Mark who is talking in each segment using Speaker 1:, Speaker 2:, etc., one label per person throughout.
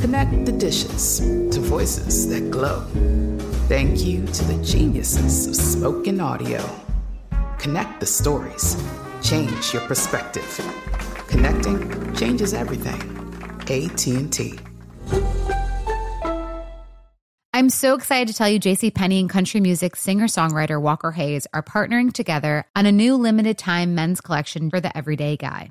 Speaker 1: Connect the dishes to voices that glow. Thank you to the geniuses of spoken audio. Connect the stories, change your perspective. Connecting changes everything. AT&T.
Speaker 2: I'm so excited to tell you JC Penney and country music singer-songwriter Walker Hayes are partnering together on a new limited time men's collection for the everyday guy.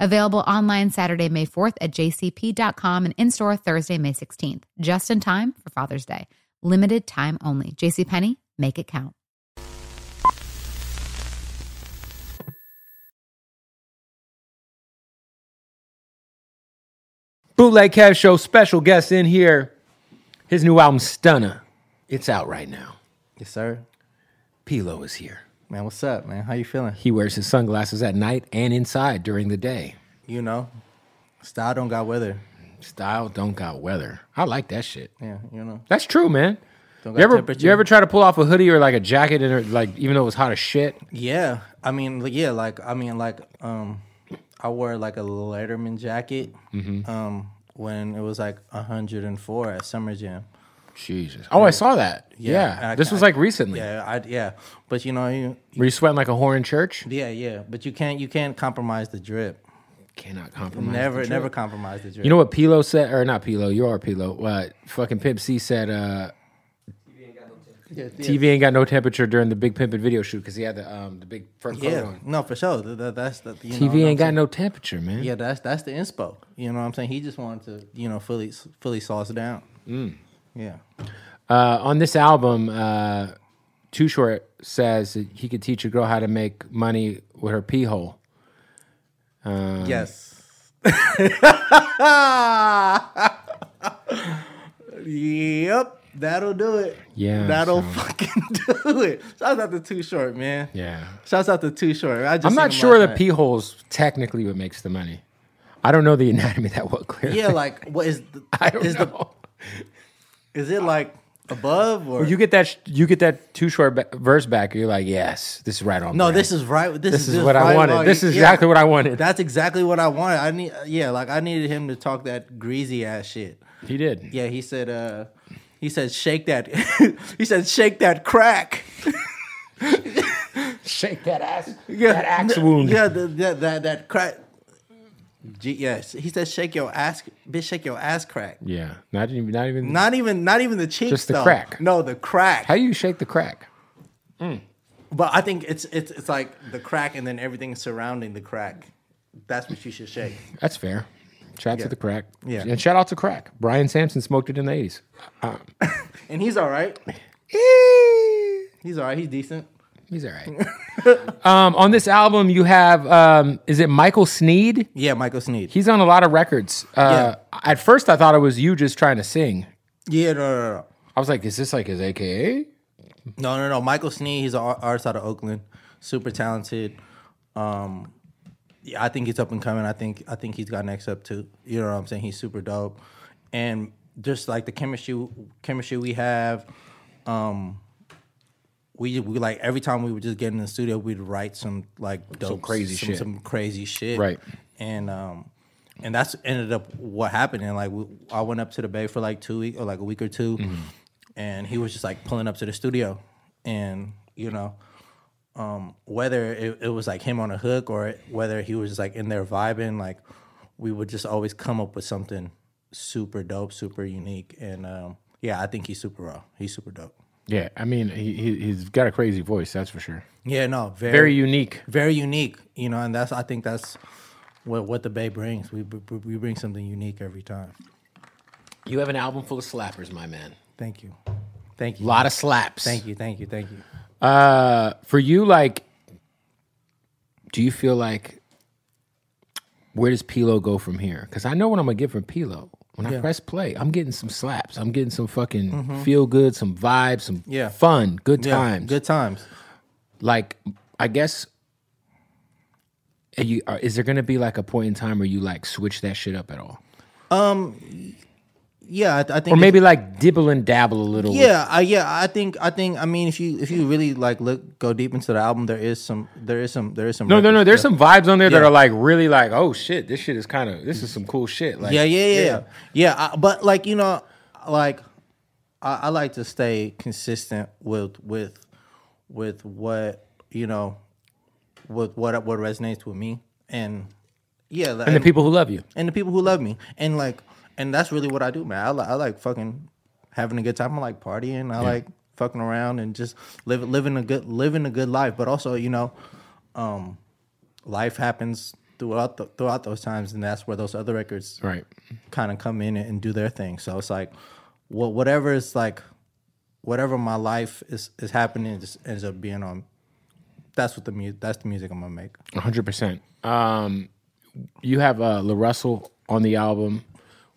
Speaker 2: Available online Saturday, May 4th at jcp.com and in store Thursday, May 16th, just in time for Father's Day. Limited time only. JCPenney, make it count.
Speaker 3: Bootleg Cash Show special guest in here. His new album, Stunner. It's out right now.
Speaker 4: Yes, sir.
Speaker 3: Pilo is here.
Speaker 4: Man, what's up, man? How you feeling?
Speaker 3: He wears his sunglasses at night and inside during the day.
Speaker 4: You know, style don't got weather.
Speaker 3: Style don't got weather. I like that shit.
Speaker 4: Yeah, you know.
Speaker 3: That's true, man.
Speaker 4: Don't
Speaker 3: You ever, you ever try to pull off a hoodie or like a jacket and it- like even though it was hot as shit?
Speaker 4: Yeah, I mean, like, yeah, like I mean, like um, I wore like a Letterman jacket
Speaker 3: Mm-hmm.
Speaker 4: um when it was like 104 at Summer Jam.
Speaker 3: Jesus. Oh, I saw that. Yeah.
Speaker 4: and I-
Speaker 3: this was
Speaker 4: I-
Speaker 3: like recently.
Speaker 4: Yeah, I yeah, but you know, you,
Speaker 3: Were you sweating like a whore in church?
Speaker 4: yeah, yeah, but you can't you can't compromise the drip.
Speaker 3: Cannot compromise.
Speaker 4: never
Speaker 3: the
Speaker 4: never
Speaker 3: drip.
Speaker 4: compromise the drip.
Speaker 3: You know what Pilo said, or not Pilo? You are Pilo. Uh, fucking Pimp C said, uh, TV ain't got no temperature during the Big Pimpin' video shoot because he had the um the big fur coat
Speaker 4: Yeah,
Speaker 3: on.
Speaker 4: no, for sure. That, that- that's the you know
Speaker 3: TV
Speaker 4: what I'm
Speaker 3: ain't got
Speaker 4: saying?
Speaker 3: no temperature, man.
Speaker 4: Yeah, that's that's the inspo. You know what I'm saying? He just wanted to, you know, fully fully sauce it out.
Speaker 3: Mm.
Speaker 4: Yeah.
Speaker 3: Uh, on this album, uh, Too Short says that he could teach a girl how to make money with her pee hole.
Speaker 4: yes. yep. That'll do it.
Speaker 3: Yeah,
Speaker 4: That'll
Speaker 3: so-
Speaker 4: fucking do it. Shouts out to Too Short, man.
Speaker 3: Yeah,
Speaker 4: Shouts out to Too Short. I just
Speaker 3: I'm
Speaker 4: seen
Speaker 3: not
Speaker 4: him
Speaker 3: sure
Speaker 4: last
Speaker 3: the
Speaker 4: night.
Speaker 3: pee hole's technically what makes the money. I don't know the anatomy that well. Clearly,
Speaker 4: Yeah, like what is the,
Speaker 3: I don't
Speaker 4: is
Speaker 3: know.
Speaker 4: the is it like above or
Speaker 3: you get that sh- you get that Too Short ba- verse back. You're like, yes, this is right on.
Speaker 4: No,
Speaker 3: brand.
Speaker 4: this is right. This,
Speaker 3: This is
Speaker 4: just
Speaker 3: what I
Speaker 4: right
Speaker 3: wanted.
Speaker 4: on-
Speaker 3: This is exactly what I wanted.
Speaker 4: That's exactly what I wanted. I need, uh, yeah, like I needed him to talk that greasy ass shit.
Speaker 3: he did.
Speaker 4: Yeah, he said, uh, he said, shake that. he said, shake that crack.
Speaker 3: Shake that ass.
Speaker 4: Yeah,
Speaker 3: that axe wound.
Speaker 4: Yeah, the, the, that that crack. Gee, yes, he said, shake your ass, bitch, shake your ass crack.
Speaker 3: Yeah, not even. Not even.
Speaker 4: Not even, not even the cheeks.
Speaker 3: Just the
Speaker 4: though.
Speaker 3: crack.
Speaker 4: No, the crack.
Speaker 3: how do you shake the crack?
Speaker 4: But I think it's it's it's like the crack, and then everything surrounding the crack. That's what you should shake.
Speaker 3: That's fair. Shout out to the crack.
Speaker 4: Yeah.
Speaker 3: And shout out to crack. Brian Sampson smoked it in the eighties.
Speaker 4: And he's all right. He's all right. He's decent.
Speaker 3: He's all right. um, on this album, you have um, is it Michael Sneed?
Speaker 4: Yeah, Michael Sneed.
Speaker 3: He's on a lot of records. Uh, At first, I thought it was you just trying to sing.
Speaker 4: yeah, no,
Speaker 3: I was like, is this like his AKA?
Speaker 4: no, no, no, no, no. Michael Sneed. He's an ar- artist out of Oakland. Super talented. Um, yeah, I think he's up and coming. I think I think he's got next up too. You know what I'm saying? He's super dope, and just like the chemistry chemistry we have, um, we we like every time we would just get in the studio, we'd write some like dope
Speaker 3: crazy
Speaker 4: some,
Speaker 3: shit.
Speaker 4: some crazy shit,
Speaker 3: Right.
Speaker 4: And um, and that's ended up what happened. And like we, I went up to the Bay for like two week or like a week or 2
Speaker 3: Mm-hmm.
Speaker 4: and he was just like pulling up to the studio, and you know. Um, whether it, it was like him on a hook or whether he was like in there vibing, like we would just always come up with something super dope, super unique, and um, yeah, I think he's super raw. He's super dope.
Speaker 3: Yeah, I mean, he, he he's got a crazy voice, that's for sure.
Speaker 4: Yeah, no, very
Speaker 3: Very unique.
Speaker 4: very unique, you know, and that's I think that's what what the Bay brings. We br- br- we bring something unique every time.
Speaker 3: You have an album full of slappers, my man.
Speaker 4: Thank you, thank
Speaker 3: A
Speaker 4: you,
Speaker 3: lot of slaps.
Speaker 4: thank you, thank you, thank you.
Speaker 3: Uh, for you, like, do you feel like where does Pilo go from here? Because I know what I'm gonna get from Pilo. When I press play, I'm getting some slaps. I'm getting some fucking feel good, some vibes, some
Speaker 4: Mm-hmm. Yeah.
Speaker 3: fun, good
Speaker 4: Yeah,
Speaker 3: times.
Speaker 4: good times.
Speaker 3: Like, I guess. Are you, are, is there going to be like a point in time where you like switch that shit up at all,
Speaker 4: Yeah, I, I think
Speaker 3: or
Speaker 4: it's-
Speaker 3: maybe like dibble and dabble a little? with-
Speaker 4: Yeah, I, yeah, I think I think I mean if you if you really like look go deep into the album, there is some there is some there is some
Speaker 3: no, no, no.
Speaker 4: records
Speaker 3: There's some vibes on there that
Speaker 4: Yeah.
Speaker 3: are like really like, oh shit, this shit is kind of this is some cool shit. Like,
Speaker 4: yeah, yeah, yeah, yeah. I, but like you know, like I, I like to stay consistent with with with what you know, with what what resonates with me, and yeah,
Speaker 3: and the people who love you.
Speaker 4: and the people who love me, and like and that's really what I do, man. I, li- I like fucking having a good time. I like partying. I like fucking around and just live, living a good living a good life. But also, you know, um, life happens throughout the, throughout those times, and that's where those other records
Speaker 3: Right.
Speaker 4: kind of come in and do their thing. So it's like, wha- whatever is like, whatever my life is is happening just ends up being on. That's what the music. That's the music I'm gonna make.
Speaker 3: 100%. Um, you have uh, La Russell on the album.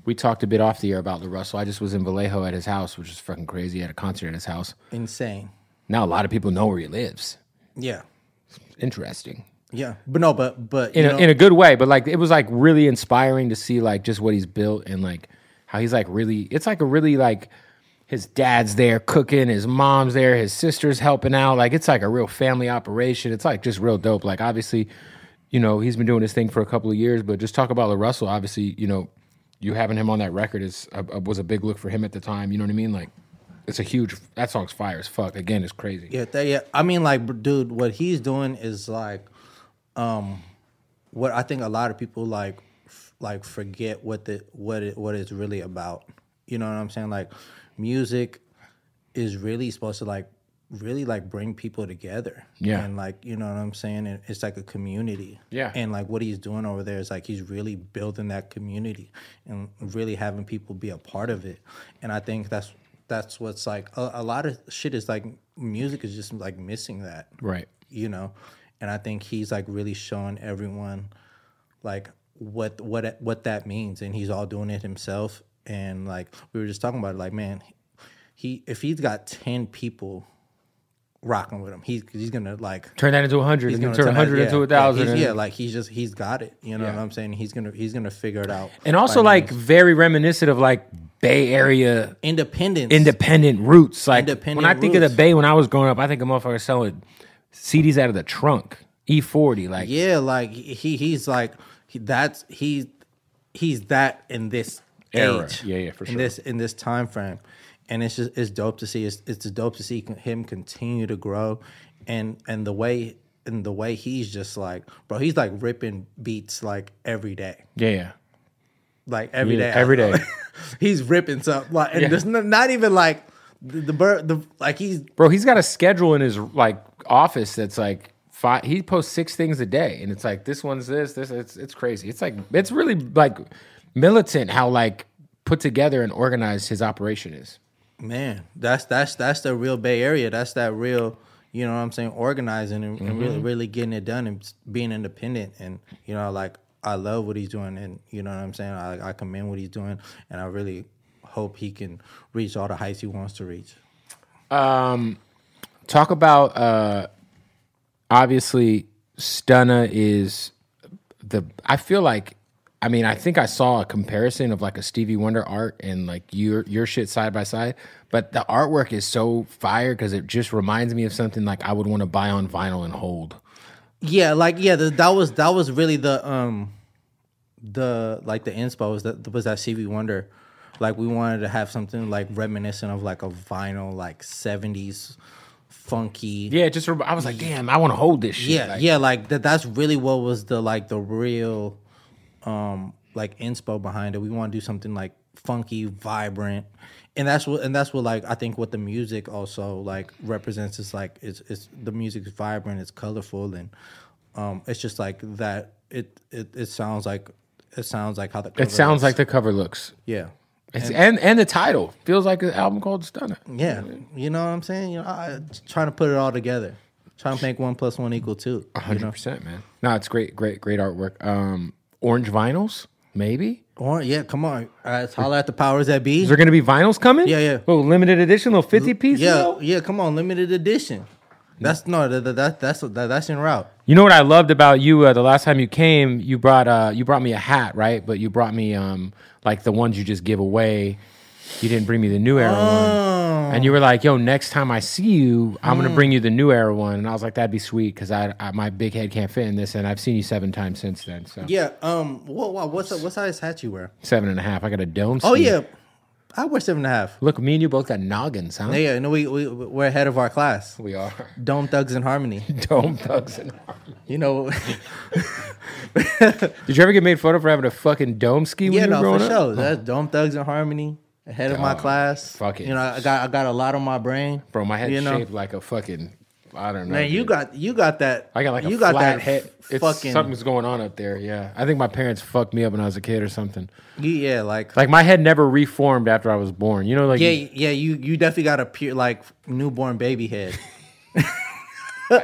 Speaker 3: We talked a bit off the air about La Russell. I just was in Vallejo at his house, which is fucking crazy, at a concert at his house.
Speaker 4: Insane.
Speaker 3: Now a lot of people know where he lives.
Speaker 4: Yeah.
Speaker 3: Interesting.
Speaker 4: Yeah. But no. But but you
Speaker 3: In,
Speaker 4: know,
Speaker 3: a, in a good way, but like it was like really inspiring to see like just what he's built and like how he's like really, it's like a really like his dad's there cooking, his mom's there, his sister's helping out. Like it's like a real family operation. It's like just real dope. Like obviously, you know, he's been doing this thing for a couple of years, but just talk about La Russell. Obviously, you know, you having him on that record is uh, uh, was a big look for him at the time. You know what I mean? Like, it's a huge. That song's fire as fuck. Again, it's crazy.
Speaker 4: Yeah, that, yeah. I mean, like, br- dude, what he's doing is like, um, what I think a lot of people like, f- like forget what the what it what it's really about. You know what I'm saying? Like, music is really supposed to like really like bring people together.
Speaker 3: Yeah.
Speaker 4: and like you know what I'm saying? And it's like a community.
Speaker 3: Yeah.
Speaker 4: and like what he's doing over there is like he's really building that community and really having people be a part of it. And I think that's that's what's like a, a lot of shit is like music is just like missing that,
Speaker 3: Right.
Speaker 4: you know. And I think he's like really showing everyone like what what what that means, and he's all doing it himself. And like we were just talking about it, like man, he if he's got ten people rocking with him, he's he's gonna like
Speaker 3: Turn that into a hundred.
Speaker 4: he's
Speaker 3: and then
Speaker 4: gonna
Speaker 3: Turn a hundred
Speaker 4: yeah,
Speaker 3: into a
Speaker 4: yeah,
Speaker 3: thousand.
Speaker 4: he's-
Speaker 3: and-
Speaker 4: Yeah, like he's just he's got it. You know what I'm saying? He's gonna he's gonna figure it out.
Speaker 3: and also
Speaker 4: by
Speaker 3: like
Speaker 4: himself.
Speaker 3: very reminiscent of like Bay Area
Speaker 4: independence.
Speaker 3: independent roots. Like
Speaker 4: Independent
Speaker 3: when I think of
Speaker 4: roots.
Speaker 3: the Bay, when I was growing up, I think of motherfuckers selling CDs out of the trunk, E forty. Like
Speaker 4: yeah, like he he's like he, that's he he's that in this
Speaker 3: Era.
Speaker 4: age.
Speaker 3: Yeah, yeah, for
Speaker 4: In
Speaker 3: sure.
Speaker 4: this in this time frame, and it's just it's dope to see. It's it's dope to see him continue to grow, and and the way and the way he's just like bro, he's like ripping beats like every day.
Speaker 3: yeah, yeah.
Speaker 4: like every
Speaker 3: Yeah,
Speaker 4: day,
Speaker 3: every day.
Speaker 4: he's ripping something like, and there's no, not even like the, the bird, the like he's
Speaker 3: Bro, he's got a schedule in his like office that's like five. He posts six things a day, and it's like this one's this, this. It's it's crazy. It's like it's really like militant how like put together and organized his operation is.
Speaker 4: man. That's that's that's the real Bay Area. That's that real. You know what I'm saying? Organizing and, and really really getting it done and being independent and you know like I love what he's doing and you know what I'm saying. I I commend what he's doing and I really hope he can reach all the heights he wants to reach.
Speaker 3: Talk about uh obviously Stunna is the I feel like I mean, I think I saw a comparison of like a Stevie Wonder art and like your your shit side by side, but the artwork is so fire because it just reminds me of something like I would want to buy on vinyl and hold.
Speaker 4: Yeah, like yeah, the, that was that was really the um the like the inspo was that was that CV Wonder. Like we wanted to have something like reminiscent of like a vinyl like 70s funky.
Speaker 3: Yeah, it just rem- I was like, damn, I want to hold this shit.
Speaker 4: Yeah,
Speaker 3: like,
Speaker 4: yeah, like that that's really what was the like the real um like inspo behind it. We want to do something like funky, vibrant. And that's what and that's what like I think what the music also like represents is like it's it's the music's vibrant, it's colorful and um it's just like that it it, it sounds like it sounds like how the cover
Speaker 3: It sounds
Speaker 4: is.
Speaker 3: like the cover looks.
Speaker 4: yeah.
Speaker 3: It's, and and the title feels like an album called Stunner.
Speaker 4: Yeah. You know what I'm saying? You know, I trying to put it all together. Trying to make one plus one equal two.
Speaker 3: Hundred percent, man. No, it's great, great, great artwork. Um, orange vinyls, maybe.
Speaker 4: Or yeah, come on. Uh, holler at the powers that be.
Speaker 3: Is there going to be vinyls coming?
Speaker 4: Yeah, yeah.
Speaker 3: Oh, limited edition, little fifty piece.
Speaker 4: Yeah,
Speaker 3: deal?
Speaker 4: yeah. Come on, limited edition. That's no, that, that, that that's that, that's in route.
Speaker 3: You know what I loved about you uh, the last time you came, you brought uh, you brought me a hat, right? But you brought me um, like the ones you just give away. You didn't bring me the new era
Speaker 4: Oh.
Speaker 3: one, and you were like, "Yo, next time I see you, I'm
Speaker 4: Mm.
Speaker 3: gonna bring you the new era one." And I was like, "That'd be sweet," because I, I my big head can't fit in this, and I've seen you seven times since then. So
Speaker 4: Yeah. Um. What what what's what size hat you wear?
Speaker 3: seven and a half. I got a dome.
Speaker 4: Oh
Speaker 3: sleeve.
Speaker 4: yeah, I wear seven and a half.
Speaker 3: Look, me and you both got noggins, huh?
Speaker 4: Yeah, yeah. No, we we we're ahead of our class.
Speaker 3: We are
Speaker 4: Dome thugs in harmony.
Speaker 3: dome thugs. And-
Speaker 4: You know.
Speaker 3: Did you ever get made fun of for having a fucking dome ski when
Speaker 4: yeah.
Speaker 3: you were
Speaker 4: No,
Speaker 3: growing
Speaker 4: for
Speaker 3: up?
Speaker 4: sure. That's Dome thugs in harmony. Ahead of my class.
Speaker 3: fuck it.
Speaker 4: You know, I got I got a lot on my brain.
Speaker 3: Bro, my head
Speaker 4: you know?
Speaker 3: shaped like a fucking. I don't know.
Speaker 4: Man, you
Speaker 3: dude.
Speaker 4: got you got that.
Speaker 3: I got like
Speaker 4: you
Speaker 3: a
Speaker 4: got
Speaker 3: flat
Speaker 4: that
Speaker 3: head.
Speaker 4: f-
Speaker 3: It's,
Speaker 4: fucking.
Speaker 3: something's going on up there. Yeah, I think my parents fucked me up when I was a kid or something.
Speaker 4: you- yeah, like
Speaker 3: Like my head never reformed after I was born. You know, like
Speaker 4: Yeah,
Speaker 3: you-
Speaker 4: yeah, you you definitely got a pure like newborn baby head. you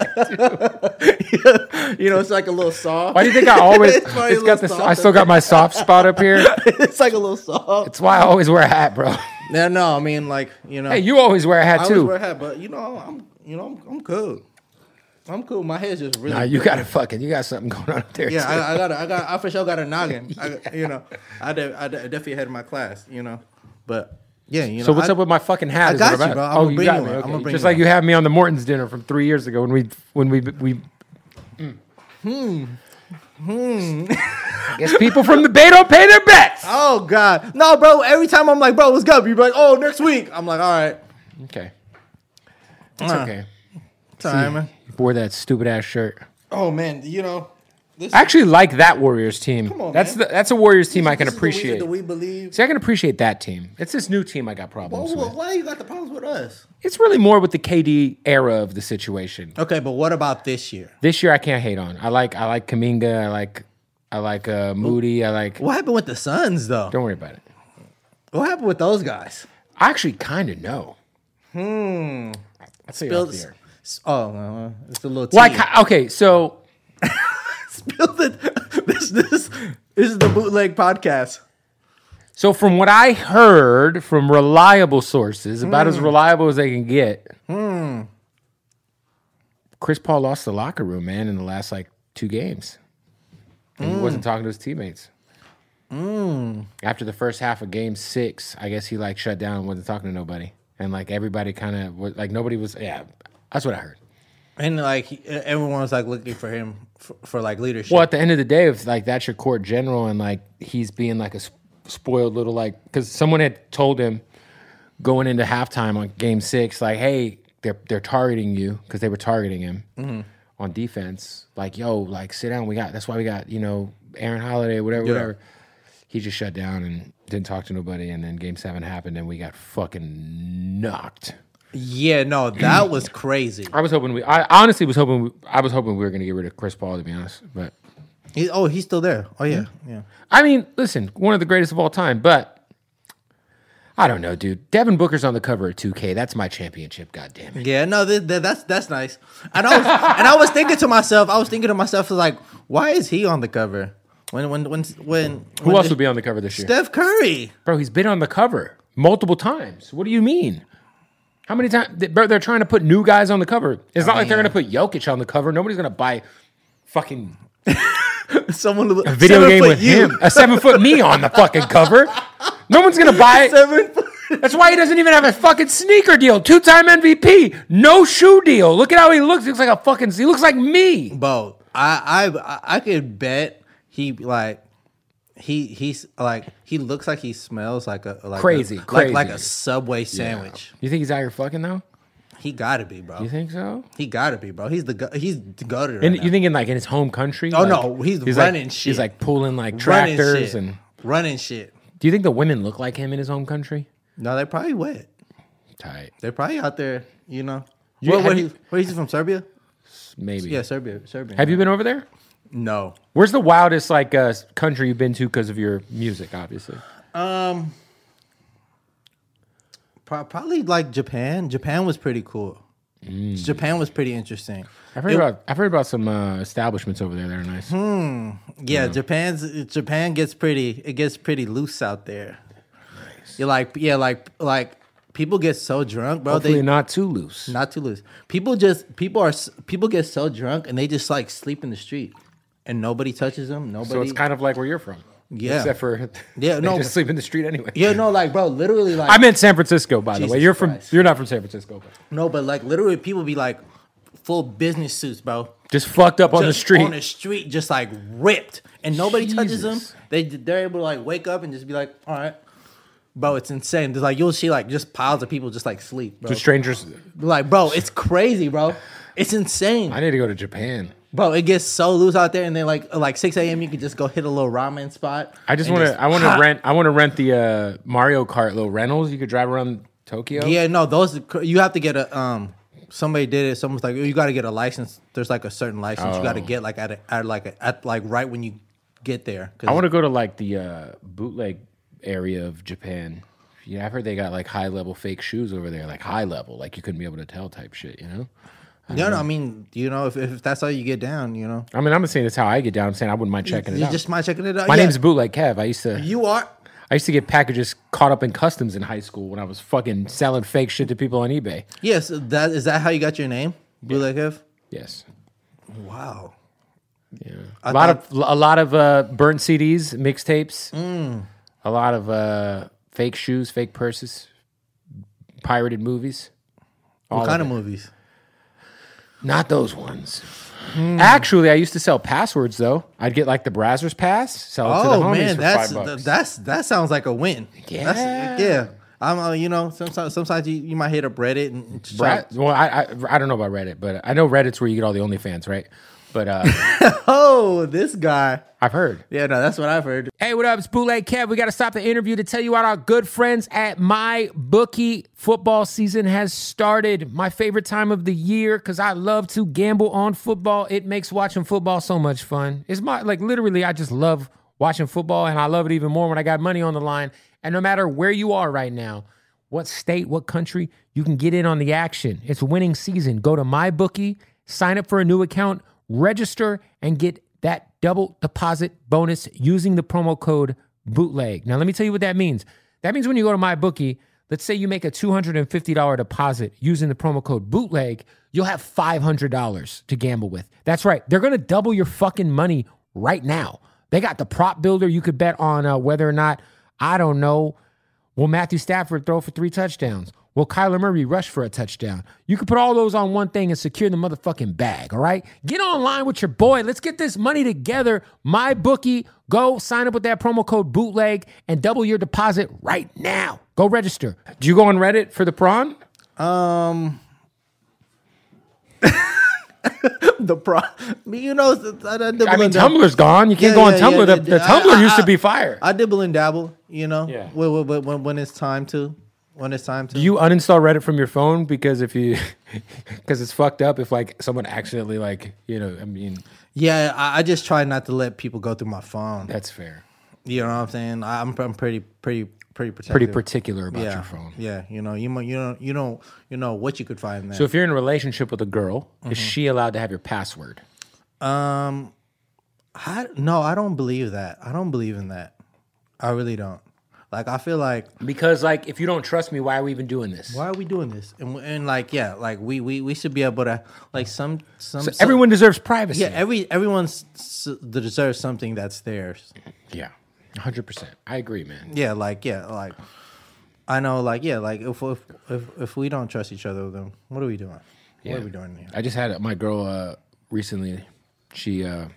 Speaker 4: know, it's like a little soft.
Speaker 3: Why do you think I always?
Speaker 4: It's probably
Speaker 3: it's
Speaker 4: a
Speaker 3: got
Speaker 4: little
Speaker 3: this. I
Speaker 4: soft.
Speaker 3: still got my soft spot up here.
Speaker 4: it's like a little soft.
Speaker 3: That's why I always wear a hat, bro.
Speaker 4: No, no, I mean like you know,
Speaker 3: Hey, you always wear a
Speaker 4: I
Speaker 3: hat
Speaker 4: always
Speaker 3: too.
Speaker 4: wear a hat, but you know, I'm you know I'm, I'm cool. I'm cool. My head's just really.
Speaker 3: Nah, you got a fucking. You got something going on up there.
Speaker 4: yeah,
Speaker 3: too.
Speaker 4: I, I got a, I got I for sure got a noggin. I got- you know, I, de- I de- definitely ahead of my class. You know, but yeah, you know.
Speaker 3: so what's
Speaker 4: I-
Speaker 3: up with my fucking hat?
Speaker 4: I
Speaker 3: Is what
Speaker 4: got
Speaker 3: I'm
Speaker 4: you,
Speaker 3: at?
Speaker 4: bro. I'ma
Speaker 3: Oh, you
Speaker 4: bring
Speaker 3: got
Speaker 4: you
Speaker 3: me.
Speaker 4: one.
Speaker 3: Okay.
Speaker 4: I'ma bring
Speaker 3: Just
Speaker 4: you
Speaker 3: like
Speaker 4: one.
Speaker 3: you had me on the Morton's dinner from three years ago when we when we we. Hmm.
Speaker 4: Hmm.
Speaker 3: I guess people from the Bay don't pay their bets.
Speaker 4: Oh God, no, bro. Every time I'm like, bro, what's up? You're like, oh, next week. I'm like, all right,
Speaker 3: Okay. It's
Speaker 4: Uh.
Speaker 3: okay.
Speaker 4: time. man.
Speaker 3: You wore that stupid ass shirt.
Speaker 4: Oh man, you know, this,
Speaker 3: I actually like that Warriors team.
Speaker 4: on,
Speaker 3: that's
Speaker 4: man.
Speaker 3: the that's a Warriors team I
Speaker 4: this
Speaker 3: can
Speaker 4: is the
Speaker 3: appreciate.
Speaker 4: we- the we believe.
Speaker 3: See, I can appreciate that team. It's this new team I got
Speaker 4: Oh,
Speaker 3: problems
Speaker 4: well,
Speaker 3: with.
Speaker 4: why you got the problems with us?
Speaker 3: It's really more with the KD era of the situation.
Speaker 4: Okay, but what about this year?
Speaker 3: This year I can't hate on. I like I like Kaminga. I like I like uh, Moody. I like.
Speaker 4: What happened with the Suns though?
Speaker 3: Don't worry about it.
Speaker 4: What happened with those guys?
Speaker 3: I actually kind of know. Hmm. I'll tell you off
Speaker 4: Bill-
Speaker 3: the air.
Speaker 4: s- oh, well, it's a little.
Speaker 3: Why?
Speaker 4: tea.
Speaker 3: ki- Okay, so
Speaker 4: Bill, the- this this this is the bootleg podcast.
Speaker 3: So, from what I heard from reliable sources, about as reliable as they can get, Chris Paul lost the locker room, man, in the last like two games. And He wasn't talking to his teammates. After the first half of game six, I guess he like shut down and wasn't talking to nobody. And like everybody kind of like nobody was, yeah, that's what I heard.
Speaker 4: And like he- e, everyone was like looking for him for, for like leadership.
Speaker 3: Well, at the end of the day, if like that's your court general and like he's being like a sp- spoiled little like because someone had told him going into halftime on Game Six, like, hey, they're they're targeting you because they were targeting him on defense. Like, yo, like sit down. We got that's why we got you know Aaron Holiday, whatever, whatever. He just shut down and didn't talk to nobody. And then Game Seven happened, and we got fucking knocked.
Speaker 4: Yeah, no, that was crazy.
Speaker 3: I was hoping we. I honestly was hoping. We, I was hoping we were going to get rid of Chris Paul, to be honest, but.
Speaker 4: He, oh, he's still there. Oh yeah,
Speaker 3: Hmm?
Speaker 4: yeah.
Speaker 3: I mean, listen, one of the greatest of all time, but I don't know, dude. Devin Booker's on the cover of 2K. That's my championship, goddamn it.
Speaker 4: Yeah, no, th- th- that's that's nice. And I was and I was thinking to myself, I was thinking to myself, like, why is he on the cover? When when when when
Speaker 3: Who else would be on the cover this year?
Speaker 4: Steph Curry?
Speaker 3: Bro, he's been on the cover multiple times. What do you mean? How many times? Bro, they're trying to put new guys on the cover. It's not like they're going to put Jokic on the cover. Nobody's going to buy fucking
Speaker 4: Someone look,
Speaker 3: A video game with him, a seven foot me on the fucking cover. No one's gonna buy it.
Speaker 4: Seven foot.
Speaker 3: That's why he doesn't even have a fucking sneaker deal. Two time MVP, no shoe deal. Look at how he looks. He looks like a fucking. He looks like me.
Speaker 4: Bo, I I I could bet he like he he's like he looks like he smells like a like a-
Speaker 3: Crazy,
Speaker 4: like,
Speaker 3: crazy.
Speaker 4: like a subway sandwich.
Speaker 3: You think he's out here fucking though?
Speaker 4: He gotta be, bro.
Speaker 3: You think so?
Speaker 4: He gotta be, bro. He's the go- he's the goated. Right
Speaker 3: And
Speaker 4: now.
Speaker 3: you thinking like in his home country?
Speaker 4: Oh,
Speaker 3: like,
Speaker 4: no, he's running
Speaker 3: like,
Speaker 4: shit.
Speaker 3: He's like pulling like
Speaker 4: running
Speaker 3: tractors
Speaker 4: shit.
Speaker 3: and.
Speaker 4: running shit?
Speaker 3: Do you think the women look like him in his home country?
Speaker 4: No, they probably wet.
Speaker 3: Tight,
Speaker 4: They're probably out there, you know.
Speaker 3: You-
Speaker 4: where,
Speaker 3: have
Speaker 4: where,
Speaker 3: you-
Speaker 4: he, where he's from? Serbia?
Speaker 3: maybe.
Speaker 4: Yeah, Serbia. Serbia.
Speaker 3: Have you been over there?
Speaker 4: No.
Speaker 3: Where's the wildest like uh, country you've been to because of your music? Obviously,
Speaker 4: Pro- probably like Japan. Japan was pretty cool.
Speaker 3: Mm.
Speaker 4: Japan was pretty interesting.
Speaker 3: I've heard about I've heard about some uh, establishments over there that are nice.
Speaker 4: Hmm. Yeah, Japan's Japan gets pretty. It gets pretty loose out there. You're like, yeah, like like people get so drunk, bro.
Speaker 3: Hopefully,
Speaker 4: they
Speaker 3: not too loose.
Speaker 4: not too loose. People just people are s- people get so drunk and they just like sleep in the street and nobody touches them. Nobody.
Speaker 3: so it's kind of like where you're from.
Speaker 4: Yeah.
Speaker 3: Except for
Speaker 4: Yeah,
Speaker 3: they
Speaker 4: no.
Speaker 3: just sleep in the street anyway.
Speaker 4: yeah, no, like bro, literally like
Speaker 3: I'm in San Francisco, by the
Speaker 4: Jesus
Speaker 3: way. You're from
Speaker 4: Christ.
Speaker 3: you're not from San Francisco, but
Speaker 4: no, but like literally people be like full business suits, bro.
Speaker 3: just fucked up on the
Speaker 4: just
Speaker 3: street.
Speaker 4: on the street, just like ripped, and nobody touches them.
Speaker 3: Jesus.
Speaker 4: They they're able to like wake up and just be like, all right, bro, it's insane. There's like you'll see like just piles of people just like sleep, bro.
Speaker 3: Just strangers.
Speaker 4: like bro, it's crazy, bro. It's insane,
Speaker 3: I need to go to Japan.
Speaker 4: bro. It gets so loose out there, and then like like six a.m. you can just go hit a little ramen spot.
Speaker 3: I just
Speaker 4: and
Speaker 3: want to. I want to rent. I want to rent the uh, Mario Kart little rentals. You could drive around Tokyo.
Speaker 4: Yeah, no, those you have to get a um. Somebody did it. Someone's like, you got to get a license. There's like a certain license you got
Speaker 3: Oh.
Speaker 4: to get like at a, at like a, at like right when you get there. 'Cause
Speaker 3: I want to go to like the uh, bootleg area of Japan. Yeah, I've heard they got like high level fake shoes over there, like high level, like you couldn't be able to tell type shit. You know.
Speaker 4: No, no, I mean, you know, if, if that's how you get down, you know,
Speaker 3: I mean, I'm not saying that's how I get down. I'm saying I wouldn't mind checking it
Speaker 4: you
Speaker 3: out.
Speaker 4: just mind checking it out.
Speaker 3: My
Speaker 4: Yeah.
Speaker 3: name's Bootleg Kev. I used to.
Speaker 4: You are.
Speaker 3: I used to get packages caught up in customs in high school when I was fucking selling fake shit to people on eBay.
Speaker 4: Yes, that is that how you got your name, Blue Leg Hev?
Speaker 3: Yes.
Speaker 4: Wow.
Speaker 3: a lot of a lot of uh, burnt CDs, mixtapes,
Speaker 4: Mm.
Speaker 3: a lot of uh, fake shoes, fake purses, pirated movies.
Speaker 4: What kind of movies?
Speaker 3: Not those ones.
Speaker 4: Hmm.
Speaker 3: Actually, I used to sell passwords though. I'd get like the Brazzers pass, sell it to the
Speaker 4: Oh
Speaker 3: homies
Speaker 4: man,
Speaker 3: for
Speaker 4: that's
Speaker 3: five
Speaker 4: th-
Speaker 3: bucks.
Speaker 4: that's that sounds like a win.
Speaker 3: Yeah.
Speaker 4: That's, yeah. I'm, uh, you know, sometimes sometimes you, you might hit up Reddit and
Speaker 3: Bra- well, I, I I don't know about Reddit, but I know Reddit's where you get all the OnlyFans, right? But uh,
Speaker 4: oh, this guy.
Speaker 3: I've heard.
Speaker 4: Yeah, no, that's what I've heard.
Speaker 3: Hey, what up? It's Bootleg Kev. We got to stop the interview to tell you about our good friends at My Bookie. Football season has started. My favorite time of the year because I love to gamble on football. It makes watching football so much fun. It's my, like, literally, I just love watching football and I love it even more when I got money on the line. And no matter where you are right now, what state, what country, you can get in on the action. It's winning season. Go to MyBookie, sign up for a new account, register, and get that double deposit bonus using the promo code bootleg. Now, let me tell you what that means. That means when you go to MyBookie, let's say you make a $250 deposit using the promo code bootleg, you'll have $500 to gamble with. That's right. They're going to double your fucking money right now. They got the prop builder. You could bet on uh, whether or not, I don't know, Will Matthew Stafford throw for three touchdowns? Will Kyler Murray rush for a touchdown? You can put all those on one thing and secure the motherfucking bag, all right? Get online with your boy. Let's get this money together. My bookie, go sign up with that promo code bootleg and double your deposit right now. Go register. Do you go on Reddit for the prawn?
Speaker 4: Um, the pro, you know, I,
Speaker 3: I mean, Tumblr's gone. You can't
Speaker 4: Yeah,
Speaker 3: go on
Speaker 4: yeah,
Speaker 3: Tumblr. the
Speaker 4: yeah,
Speaker 3: the
Speaker 4: yeah, yeah.
Speaker 3: Tumblr
Speaker 4: I- I-
Speaker 3: used to be fire.
Speaker 4: I dibble and dabble, you know.
Speaker 3: Yeah.
Speaker 4: When, when- when, when, when it's time to, when it's time to.
Speaker 3: Do you uninstall Reddit from your phone because if you, because it's fucked up if like someone accidentally like you know I mean
Speaker 4: yeah, I, I just try not to let people go through my phone.
Speaker 3: that's fair.
Speaker 4: You know what I'm saying? I, I'm I'm pretty pretty pretty protective.
Speaker 3: Pretty particular about
Speaker 4: yeah.
Speaker 3: your phone.
Speaker 4: Yeah, you know, you mo- you don't you don't you know what you could find there.
Speaker 3: So if you're in a relationship with a girl, is
Speaker 4: Mm-hmm.
Speaker 3: she allowed to have your password?
Speaker 4: um, I no, I don't believe that. I don't believe in that. I really don't. Like I feel like
Speaker 3: Because like, if you don't trust me, why are we even doing this?
Speaker 4: why are we doing this? And we- and like yeah, like we we we should be able to like some some,
Speaker 3: So
Speaker 4: some-
Speaker 3: everyone deserves privacy.
Speaker 4: yeah every everyone's s- deserves something that's theirs.
Speaker 3: yeah, hundred percent. I agree, man.
Speaker 4: Yeah, like yeah, like I know, like yeah, like if if if, if we don't trust each other, then what are we doing? What are we doing here?
Speaker 3: I just had my girl uh, recently. She uh,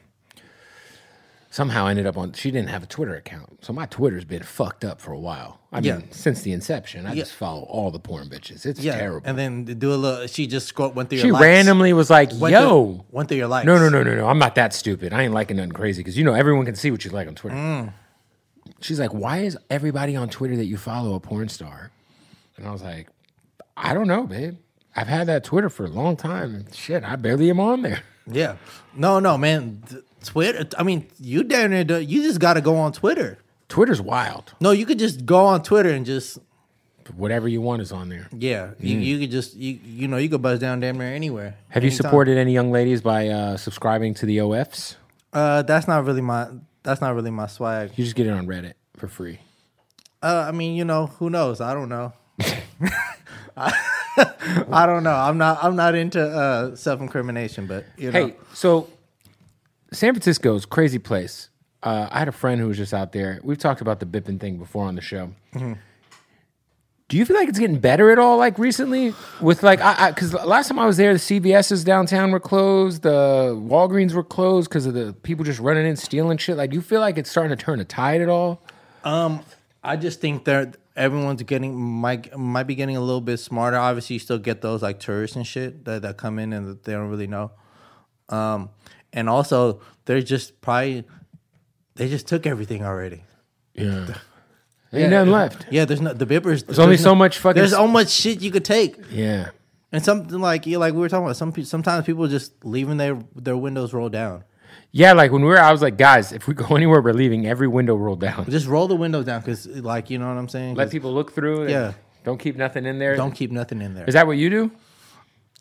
Speaker 3: somehow ended up on. She didn't have a Twitter account, so my Twitter's been fucked up for a while. I mean,
Speaker 4: Yeah.
Speaker 3: since the inception, I just follow all the porn bitches. It's
Speaker 4: Yeah,
Speaker 3: terrible.
Speaker 4: and then do a little. She just scrolled went through.
Speaker 3: she
Speaker 4: your likes.
Speaker 3: randomly was like,
Speaker 4: went
Speaker 3: "Yo."
Speaker 4: through, went through your likes.
Speaker 3: no, no, no, no, no. I'm not that stupid. I ain't liking nothing crazy because you know everyone can see what you like on Twitter. She's like, why is everybody on Twitter that you follow a porn star? And I was like, I don't know, babe. I've had that Twitter for a long time. and Shit, I barely am on there.
Speaker 4: Yeah, no, no, man. Th- Twitter. I mean, you damn near. do- You just got to go on Twitter.
Speaker 3: Twitter's wild.
Speaker 4: No, you could just go on Twitter and just
Speaker 3: Whatever you want is on there.
Speaker 4: yeah. You, you could just you you know you could buzz down damn near anywhere.
Speaker 3: Mm. Have you
Speaker 4: anytime.
Speaker 3: supported any young ladies by uh, subscribing to the OFs?
Speaker 4: Uh, that's not really my. That's not really my swag.
Speaker 3: You just get it on Reddit for free.
Speaker 4: Uh, I mean, you know, who knows? I don't know. I, I don't know. I'm not. I'm not into uh, self incrimination, but you know,
Speaker 3: Hey, so San Francisco's crazy place. Uh, I had a friend who was just out there. We've talked about the bipping thing before on the show. Do you feel like it's getting better at all? Like recently, with like, I because last time I was there, the CVS's downtown were closed, the Walgreens were closed because of the people just running in stealing shit. Like, do you feel like it's starting to turn a tide at all?
Speaker 4: I just think that everyone's getting might might be getting a little bit smarter. Obviously, you still get those like tourists and shit that, that come in and that they don't really know. Um, and also they're just probably they just took everything already.
Speaker 3: Yeah, ain't nothing left.
Speaker 4: Yeah, there's no the bippers. There's
Speaker 3: only
Speaker 4: no-
Speaker 3: so much fucking-
Speaker 4: There's so much shit you could take,
Speaker 3: Yeah,
Speaker 4: and something like you like we were talking about. Some pe- sometimes people just leaving their their windows rolled down.
Speaker 3: yeah. Like when we were, I was like, guys, if we go anywhere, we're leaving every window rolled down.
Speaker 4: Just roll the windows down because like you know what I'm saying.
Speaker 3: Let
Speaker 4: 'Cause
Speaker 3: people look through. and
Speaker 4: Yeah.
Speaker 3: Don't keep nothing in there.
Speaker 4: don't keep nothing in there.
Speaker 3: Is that what you do?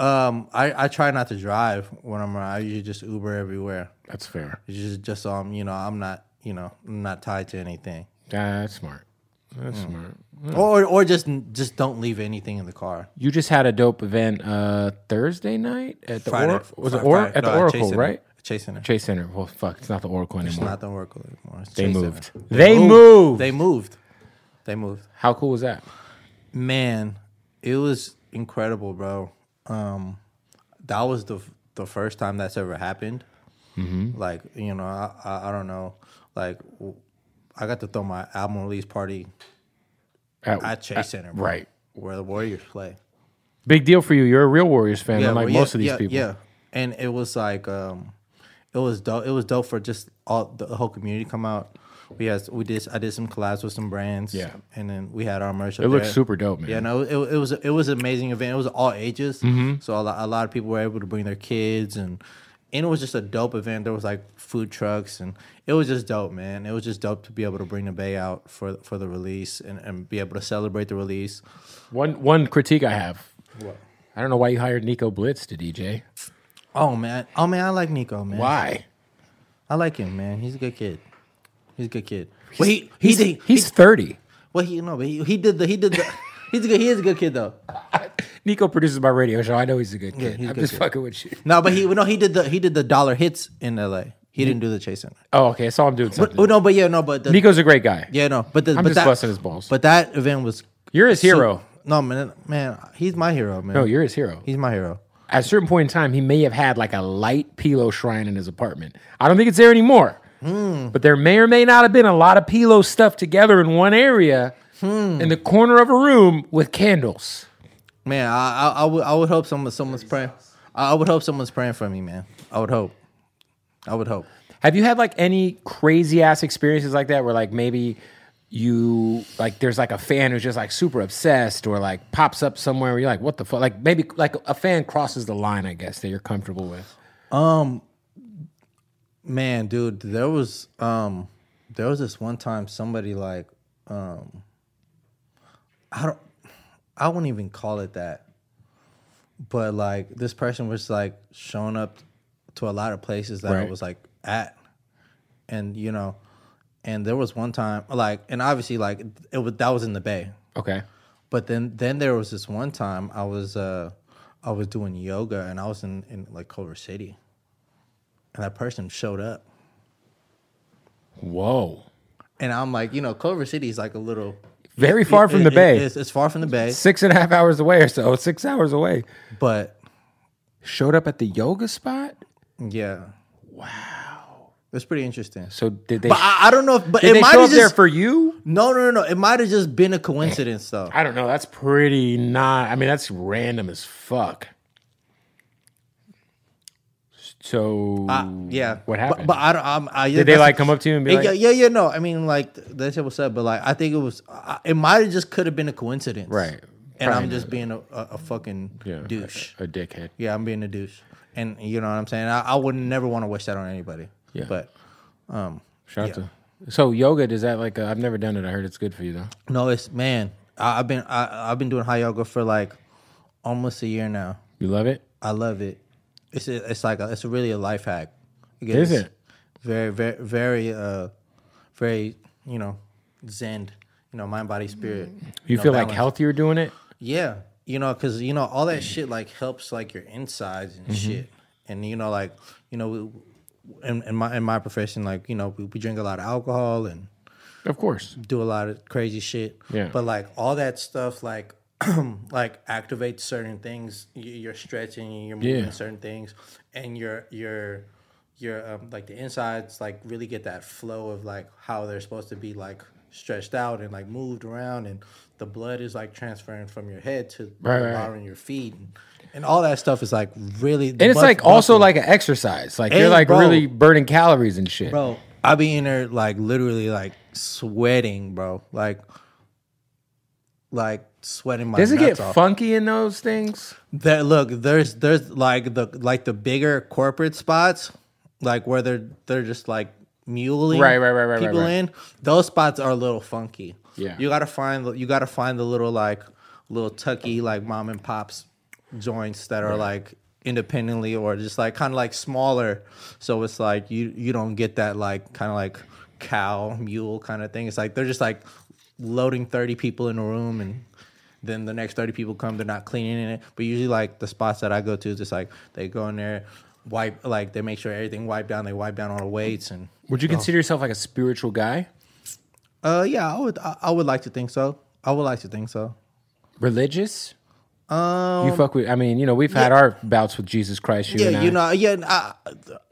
Speaker 4: Um, I, I try not to drive when I'm around. I usually just Uber everywhere.
Speaker 3: That's fair.
Speaker 4: It's just just so I'm, you know, I'm not, you know, I'm not tied to anything.
Speaker 3: That's smart. That's smart.
Speaker 4: Or or just just don't leave anything in the car.
Speaker 3: You just had a dope event uh, Thursday night at the
Speaker 4: Friday-
Speaker 3: or- was it
Speaker 4: Fri-
Speaker 3: or-
Speaker 4: Friday-
Speaker 3: at the
Speaker 4: no,
Speaker 3: Oracle,
Speaker 4: Chase Center.
Speaker 3: right?
Speaker 4: Chase Center.
Speaker 3: Chase Center. Well, fuck, it's not the Oracle
Speaker 4: It's
Speaker 3: anymore.
Speaker 4: not the Oracle anymore. It's
Speaker 3: they
Speaker 4: Chase Center.
Speaker 3: moved. They moved.
Speaker 4: They moved. They moved.
Speaker 3: How cool was that?
Speaker 4: Man, it was incredible, bro. Um, that was the the first time that's ever happened. Like you know, I, I I don't know. Like w- I got to throw my album release party at Chase Center, bro,
Speaker 3: right.
Speaker 4: where the Warriors play.
Speaker 3: Big deal for you. You're a real Warriors fan, unlike
Speaker 4: well,
Speaker 3: most of these
Speaker 4: yeah,
Speaker 3: people.
Speaker 4: Yeah, and it was like um, it was dope. It was dope for just all the whole community to come out. We had we did I did some collabs with some brands.
Speaker 3: Yeah.
Speaker 4: and then we had our merch.
Speaker 3: It looked super dope, man. Mm-hmm.
Speaker 4: Yeah, no, it, it was it was an amazing event. It was all ages, so a lot, a lot of people were able to bring their kids, and and it was just a dope event. There was like food trucks, and it was just dope, man. It was just dope to be able to bring the Bay out for for the release and, and be able to celebrate the release.
Speaker 3: One one critique I have. I don't know why you hired Nico Blitz to DJ.
Speaker 4: Oh man, oh man, I like Nico, man.
Speaker 3: Why?
Speaker 4: I like him, man. He's a good kid. He's a good kid. Well, he he
Speaker 3: he's,
Speaker 4: did.
Speaker 3: he's 30.
Speaker 4: Well, he no, but he, he did the he did the. He's a good. He is a good kid though.
Speaker 3: Nico produces my radio show. I know he's a good kid.
Speaker 4: he's a
Speaker 3: I'm
Speaker 4: good
Speaker 3: just
Speaker 4: kid.
Speaker 3: fucking with you.
Speaker 4: No, but he no he did the he did the dollar hits in L.A. He didn't do the Chase Center.
Speaker 3: Oh, okay. I saw him doing something.
Speaker 4: But, oh no, but yeah, no, but the,
Speaker 3: Nico's a great guy.
Speaker 4: yeah, no, but the,
Speaker 3: I'm
Speaker 4: but
Speaker 3: just
Speaker 4: that,
Speaker 3: busting his balls.
Speaker 4: But that event was
Speaker 3: You're his
Speaker 4: su-
Speaker 3: hero.
Speaker 4: No man, man, he's my hero, man.
Speaker 3: No, you're his hero.
Speaker 4: he's my hero.
Speaker 3: At a certain point in time, he may have had like a light pilo shrine in his apartment. I don't think it's there anymore.
Speaker 4: Hmm.
Speaker 3: But there may or may not have been a lot of pilo stuff together in one area
Speaker 4: Hmm.
Speaker 3: in the corner of a room with candles.
Speaker 4: Man, I I, I would I would hope someone someone's praying. I I would hope someone's praying for me, man. I would hope. I would hope.
Speaker 3: Have you had like any crazy ass experiences like that where like maybe you like there's like a fan who's just like super obsessed or like pops up somewhere where you're like, what the fuck? Like maybe like a fan crosses the line, I guess, that you're comfortable with.
Speaker 4: Man, dude, there was um there was this one time somebody like um I don't I wouldn't even call it that. But like this person was like showing up to a lot of places that I
Speaker 3: Right.
Speaker 4: was like at and you know And there was one time, like, and obviously, like, it was that was in the Bay.
Speaker 3: Okay.
Speaker 4: But then then there was this one time I was uh I was doing yoga and I was in, in like Culver City. And that person showed up.
Speaker 3: Whoa.
Speaker 4: And I'm like, you know, Culver City is like a little
Speaker 3: Very far from the
Speaker 4: it-
Speaker 3: bay.
Speaker 4: It's, it's far from the bay,
Speaker 3: Six and a half hours away or so. Six hours away.
Speaker 4: but
Speaker 3: Showed up at the yoga spot.
Speaker 4: yeah. Wow. It's pretty interesting.
Speaker 3: So did they?
Speaker 4: But I, I don't know if but
Speaker 3: did
Speaker 4: it
Speaker 3: they
Speaker 4: might
Speaker 3: show up
Speaker 4: have
Speaker 3: there
Speaker 4: just
Speaker 3: for you?
Speaker 4: no, no, no, no. It might have just been a coincidence though.
Speaker 3: I don't know. That's pretty not. I mean, that's random as fuck. So
Speaker 4: Yeah.
Speaker 3: what
Speaker 4: But-
Speaker 3: happened?
Speaker 4: But, I don't. I'm, I,
Speaker 3: did they like come up to you and be like,
Speaker 4: yeah, yeah, yeah. No, I mean, like they said what's up, but like I think it was. I, it might have just could have been a coincidence,
Speaker 3: Right.
Speaker 4: And
Speaker 3: Probably
Speaker 4: I'm just being a, a, a fucking
Speaker 3: Yeah,
Speaker 4: douche.
Speaker 3: a dickhead?
Speaker 4: Yeah, I'm being a douche, and you know what I'm saying. I, I would never want to wish that on anybody.
Speaker 3: Yeah.
Speaker 4: But
Speaker 3: Shout out to. So yoga does that like? Uh, I've never done it. I heard it's good for you though.
Speaker 4: no, it's man. I, I've been I, I've been doing high yoga for like almost a year now.
Speaker 3: You love it?
Speaker 4: I love it. It's a, it's like a, it's really a life hack. It
Speaker 3: Is
Speaker 4: gets
Speaker 3: it?
Speaker 4: Very very very uh very you know zen. You know mind body spirit.
Speaker 3: You
Speaker 4: know,
Speaker 3: feel like
Speaker 4: balance.
Speaker 3: healthier doing it?
Speaker 4: Yeah, you know, because you know all that shit like helps like your insides and
Speaker 3: Mm-hmm.
Speaker 4: shit, and you know like you know, we, in, in my in my profession, like you know we, we drink a lot of alcohol and
Speaker 3: Of course.
Speaker 4: do a lot of crazy shit.
Speaker 3: Yeah.
Speaker 4: But like all that stuff, like like activates certain things. Y- You're stretching, you're moving
Speaker 3: Yeah.
Speaker 4: certain things, and your your your um, like the insides like really get that flow of like how they're supposed to be like stretched out and like moved around, and the blood is like transferring from your head to
Speaker 3: Right,
Speaker 4: the
Speaker 3: right,
Speaker 4: bottom of your feet, and, and all that stuff is like really.
Speaker 3: And it's like also like an exercise. Like you're
Speaker 4: And,
Speaker 3: like
Speaker 4: bro.
Speaker 3: really burning calories and shit.
Speaker 4: bro. I be in there like literally like sweating, bro. Like, like sweating my.
Speaker 3: Does it get
Speaker 4: nuts off.
Speaker 3: funky in those things?
Speaker 4: There, look, there's there's like the like the bigger corporate spots, like where they're they're just like muling
Speaker 3: Right, right, right, right, right,
Speaker 4: people
Speaker 3: right.
Speaker 4: in. Those spots are a little funky.
Speaker 3: Yeah.
Speaker 4: you gotta find the you gotta find the little like little tucky like mom and pops joints that are like independently or just like kind of like smaller. So it's like you you don't get that like kind of like cow mule kind of thing. It's like they're just like loading thirty people in a room and then the next 30 people come they're not cleaning in it but usually like the spots that i go to is just like they go in there wipe like they make sure everything wiped down they wipe down all the weights and
Speaker 3: Would you consider yourself like a spiritual guy?
Speaker 4: uh yeah i would i, I would like to think so i would like to think so
Speaker 3: Religious? Um, you fuck with. I mean, you know, we've had our bouts with Jesus Christ. You
Speaker 4: yeah
Speaker 3: and I.
Speaker 4: you know yeah i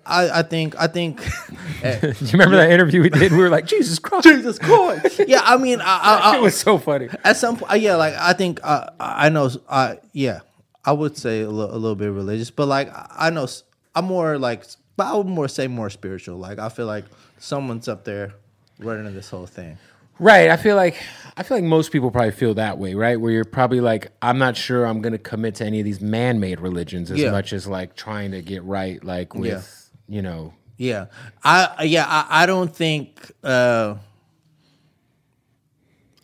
Speaker 4: i, I think i think
Speaker 3: Do you remember that interview we did? We were like, Jesus Christ. Jesus Christ.
Speaker 4: yeah i mean i, I, I
Speaker 3: it was so funny.
Speaker 4: at some point, yeah, like I think uh, I know, uh, yeah, I would say a li- a little bit religious, but like I I know s- I'm more like, but I would more say more spiritual. Like I feel like someone's up there running this whole thing.
Speaker 3: Right. I feel like I feel like most people probably feel that way, right? Where you're probably like, I'm not sure I'm gonna commit to any of these man made religions as
Speaker 4: Yeah.
Speaker 3: much as like trying to get right like with you know
Speaker 4: Yeah, I yeah I, I don't think uh,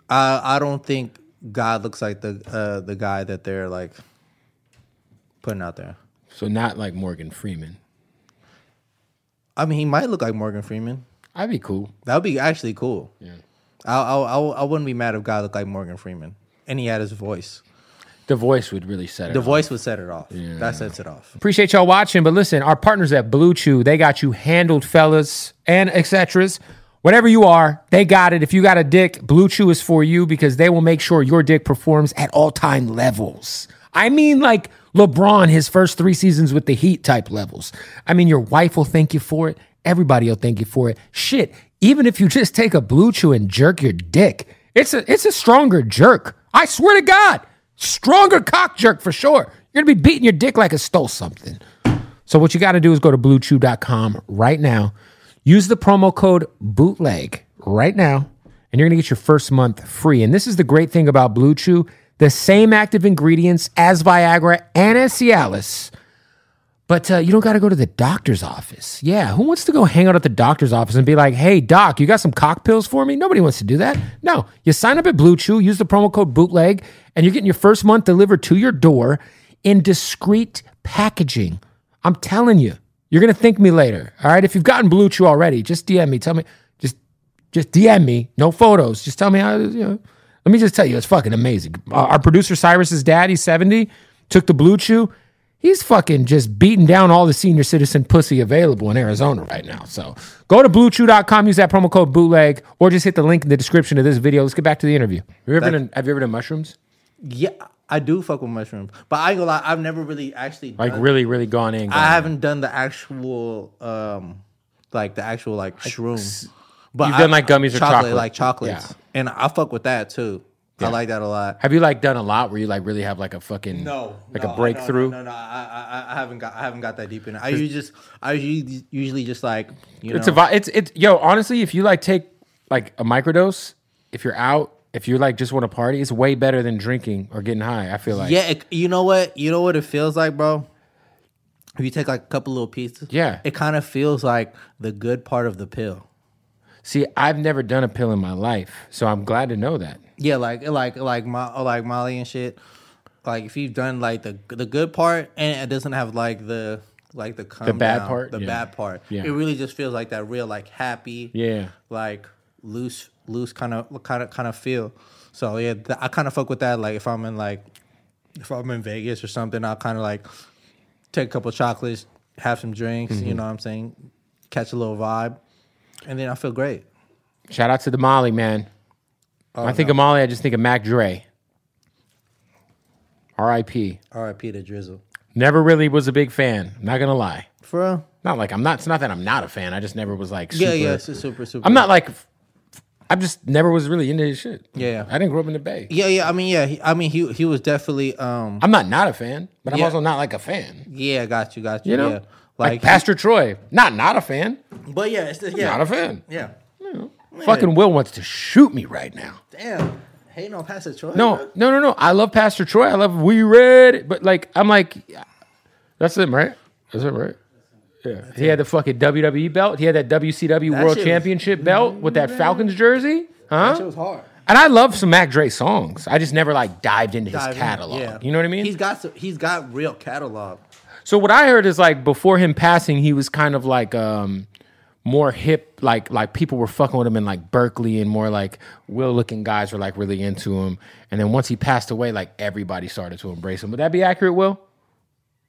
Speaker 4: I I don't think God looks like the uh, the guy that they're like putting out there.
Speaker 3: so not like Morgan Freeman.
Speaker 4: I mean, he might look like Morgan Freeman.
Speaker 3: I'd be cool.
Speaker 4: That would be actually cool. Yeah. I, I, I, I wouldn't be mad if God looked like Morgan Freeman and he had his voice.
Speaker 3: The voice would really set it.
Speaker 4: The
Speaker 3: up.
Speaker 4: voice would set it off. That sets it off.
Speaker 3: Appreciate y'all watching, but listen, our partners at Blue Chew, they got you handled, fellas, and etc. Whatever you are, they got it. If you got a dick, Blue Chew is for you because they will make sure your dick performs at all time levels. I mean, like LeBron, his first three seasons with the Heat type levels. I mean, your wife will thank you for it. Everybody will thank you for it. Shit, even if you just take a Blue Chew and jerk your dick, it's a it's a stronger jerk. I swear to God stronger cock jerk for sure. You're gonna be beating your dick like it stole something. So what you got to do is go to bluechew.com right now. Use the promo code bootleg right now, and you're gonna get your first month free. And this is the great thing about Blue Chew: the same active ingredients as Viagra and as Cialis. But uh, you don't got to go to the doctor's office. Yeah, who wants to go hang out at the doctor's office and be like, hey, doc, you got some cock pills for me? Nobody wants to do that. No, you sign up at Blue Chew, use the promo code bootleg, and you're getting your first month delivered to your door in discreet packaging. I'm telling you, you're going to thank me later. All right. If you've gotten Blue Chew already, just DM me. Tell me, just Just DM me, no photos. Just tell me how. You know. Let me just tell you, it's fucking amazing. Our our producer Cyrus's dad, he's seventy, took the blue chew. He's fucking just beating down all the senior citizen pussy available in Arizona right now. So go to bluechew.com, use that promo code bootleg, or just hit the link in the description of this video. Let's get back to the interview. Have you ever, done, have you ever done mushrooms?
Speaker 4: Yeah, I do fuck with mushrooms, but I ain't gonna lie, I've never really actually
Speaker 3: Like
Speaker 4: done-
Speaker 3: really, really gone in. gone
Speaker 4: Uh, I
Speaker 3: in?
Speaker 4: haven't done the actual, um, like the actual like shroom. But
Speaker 3: You've done, like, gummies or chocolate.
Speaker 4: like chocolates,
Speaker 3: Yeah.
Speaker 4: and I fuck with that too. I like that a lot.
Speaker 3: Have you like done a lot where you like really have like a fucking
Speaker 4: No,
Speaker 3: like
Speaker 4: no,
Speaker 3: a
Speaker 4: no,
Speaker 3: breakthrough?
Speaker 4: No, no, no, I, I, I haven't got, I haven't got that deep in it. I usually just, I usually, usually just like, you know,
Speaker 3: It's a vi- it's it's yo honestly if you like take like a microdose if you're out if you like just want to party it's way better than drinking or getting high I feel like
Speaker 4: yeah. It, you know what? You know what it feels like, bro. If you take like a couple little pieces,
Speaker 3: Yeah.
Speaker 4: it kind of feels like the good part of the pill.
Speaker 3: see I've never done a pill in my life so I'm glad to know that
Speaker 4: Yeah, like like like my like Molly and shit. Like if you've done like the the good part and it doesn't have like the like the come
Speaker 3: bad
Speaker 4: down,
Speaker 3: part?
Speaker 4: the
Speaker 3: Yeah.
Speaker 4: bad part.
Speaker 3: Yeah.
Speaker 4: It really just feels like that real like happy,
Speaker 3: Yeah.
Speaker 4: like loose loose kind of kind of kind of feel. So yeah, th- I kind of fuck with that. Like if I'm in like if I'm in Vegas or something, I'll kind of like take a couple chocolates, have some drinks.
Speaker 3: Mm-hmm.
Speaker 4: You know what I'm saying? Catch a little vibe, and then I feel great.
Speaker 3: shout out to the Molly man
Speaker 4: Oh,
Speaker 3: When I think of Molly I just think of Mac Dre R.I.P.
Speaker 4: R.I.P. to Drizzle.
Speaker 3: Never really was a big fan I'm not gonna lie
Speaker 4: For real.
Speaker 3: not like I'm not it's not that I'm not a fan I just never was like super,
Speaker 4: Yeah, yeah, it's super, super.
Speaker 3: I'm not like I just never was really into his shit
Speaker 4: Yeah.
Speaker 3: I didn't grow up in the Bay
Speaker 4: Yeah, yeah. I mean, yeah. He, I mean, he he was definitely. um
Speaker 3: I'm not not a fan, but I'm
Speaker 4: Yeah.
Speaker 3: also not like a fan.
Speaker 4: Yeah, got you, got you.
Speaker 3: You know,
Speaker 4: yeah.
Speaker 3: like,
Speaker 4: Like,
Speaker 3: Pastor Troy, not not a fan,
Speaker 4: but yeah, it's just, yeah,
Speaker 3: not a fan.
Speaker 4: yeah.
Speaker 3: Fucking Will wants to shoot me right now.
Speaker 4: Damn, hey, no, Pastor Troy.
Speaker 3: No, no, no, no. I love Pastor Troy. I love We Red, It, but like I'm like, that's him, right? That's him, right? Yeah. He had the fucking WWE belt. He had that WCW World
Speaker 4: shit was- Mm-hmm.
Speaker 3: Championship belt with that Falcons jersey, huh?
Speaker 4: that shit was hard.
Speaker 3: and I love some Mac Dre songs. I just never like dived into
Speaker 4: Dive
Speaker 3: his
Speaker 4: in,
Speaker 3: catalog.
Speaker 4: yeah.
Speaker 3: You know what I mean?
Speaker 4: He's got some, he's got real catalog.
Speaker 3: So what I heard is like before him passing, he was kind of like um more hip, like like people were fucking with him in like Berkeley and more like will looking guys were like really into him. And then once he passed away, like everybody started to embrace him. Would that be accurate, Will?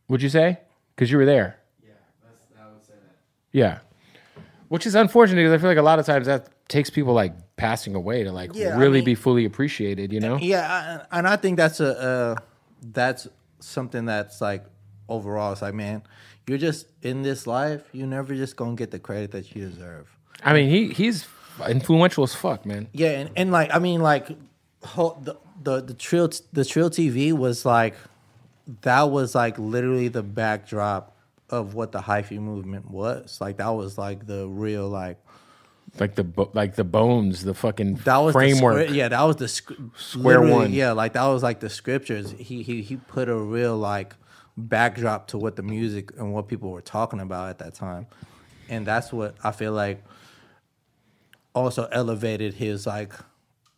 Speaker 3: Would you say? Because you were there. Yeah. Which is unfortunate because I feel like a lot of times that takes people like passing away to like
Speaker 4: Yeah, I
Speaker 3: really
Speaker 4: mean-
Speaker 3: be fully appreciated, you know?
Speaker 4: Yeah, I, and I think that's a uh, that's something that's like overall. It's like, man, you're just in this life. You never just gonna get the credit that you deserve.
Speaker 3: I mean, he he's influential as fuck, man.
Speaker 4: Yeah, and, and like I mean, like whole, the the the trill the trill TV was like that was like literally the backdrop of what the hyphy movement was. Like that was like the real like
Speaker 3: Like the bo- like the bones, the fucking
Speaker 4: that was
Speaker 3: framework.
Speaker 4: The script, yeah, that was the sc-
Speaker 3: Square
Speaker 4: literally,
Speaker 3: one.
Speaker 4: Yeah, like that was like the scriptures. He he he put a real like backdrop to what the music and what people were talking about at that time, and that's what I feel like also elevated his like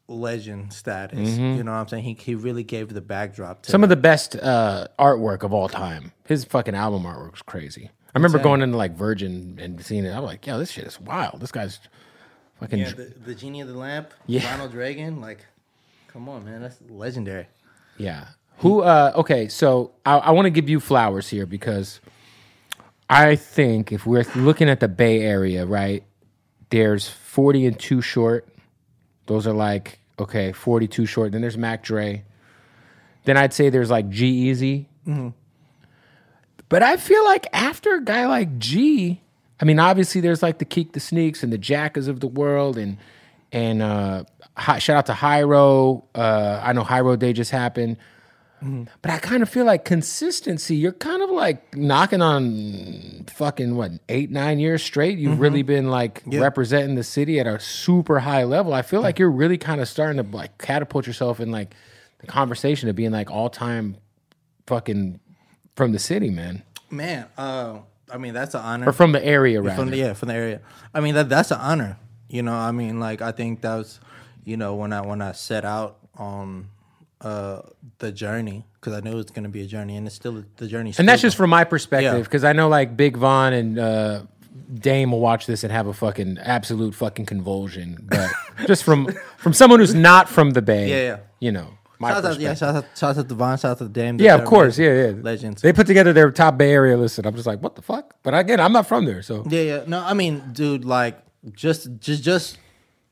Speaker 4: legend status. You know what I'm saying? He he really gave the backdrop to
Speaker 3: Mm-hmm. Some of the best uh, artwork of all time. His fucking album artwork was crazy. I remember going into like Virgin and seeing it. I'm like, yo, this shit is wild. This guy's fucking.
Speaker 4: yeah,
Speaker 3: Yeah,
Speaker 4: the, the genie of the lamp,
Speaker 3: Yeah.
Speaker 4: Ronald Reagan. Like, come on, man, that's legendary.
Speaker 3: Who? Uh, okay, so I, I want to give you flowers here because I think if we're looking at the Bay Area, right? There's 40 and Too Short. Those are like okay, 40 Too Short. Then there's Mac Dre. Then I'd say there's like G Easy. But I feel like after a guy like G, I mean, obviously there's like the Keek the Sneaks and the Jackers of the world, and and uh, hi, shout out to Hyro. Uh, I know Hyro Day just happened. But I kind of feel like consistency. You're kind of like knocking on fucking what eight nine years straight. You've really been like representing the city at a super high level. I feel like you're really kind of starting to like catapult yourself in like the conversation of being like all time fucking from the city, man,
Speaker 4: Man, uh, I mean, that's an honor.
Speaker 3: or from the area, rather.
Speaker 4: from the yeah from the area. I mean that that's an honor. You know, I mean like I think that was, you know, when I when I set out on uh the journey because I knew it was gonna be a journey and it's still the journey.
Speaker 3: and that's just from my perspective
Speaker 4: Yeah.
Speaker 3: because I know like Big Von and uh, Dame will watch this and have a fucking absolute fucking convulsion. But just from from someone who's not from the Bay,
Speaker 4: Yeah, yeah.
Speaker 3: you know, my
Speaker 4: Shout out, yeah,
Speaker 3: perspective.
Speaker 4: shout out, shout out to Devon, shout out to Dame.
Speaker 3: Yeah,
Speaker 4: They're
Speaker 3: of course. Yeah,
Speaker 4: amazing.
Speaker 3: yeah.
Speaker 4: Legends.
Speaker 3: They put together their top Bay Area list, and I'm just like, what the fuck? But again, I'm not from there, so
Speaker 4: Yeah, yeah. No, I mean, dude, like just just just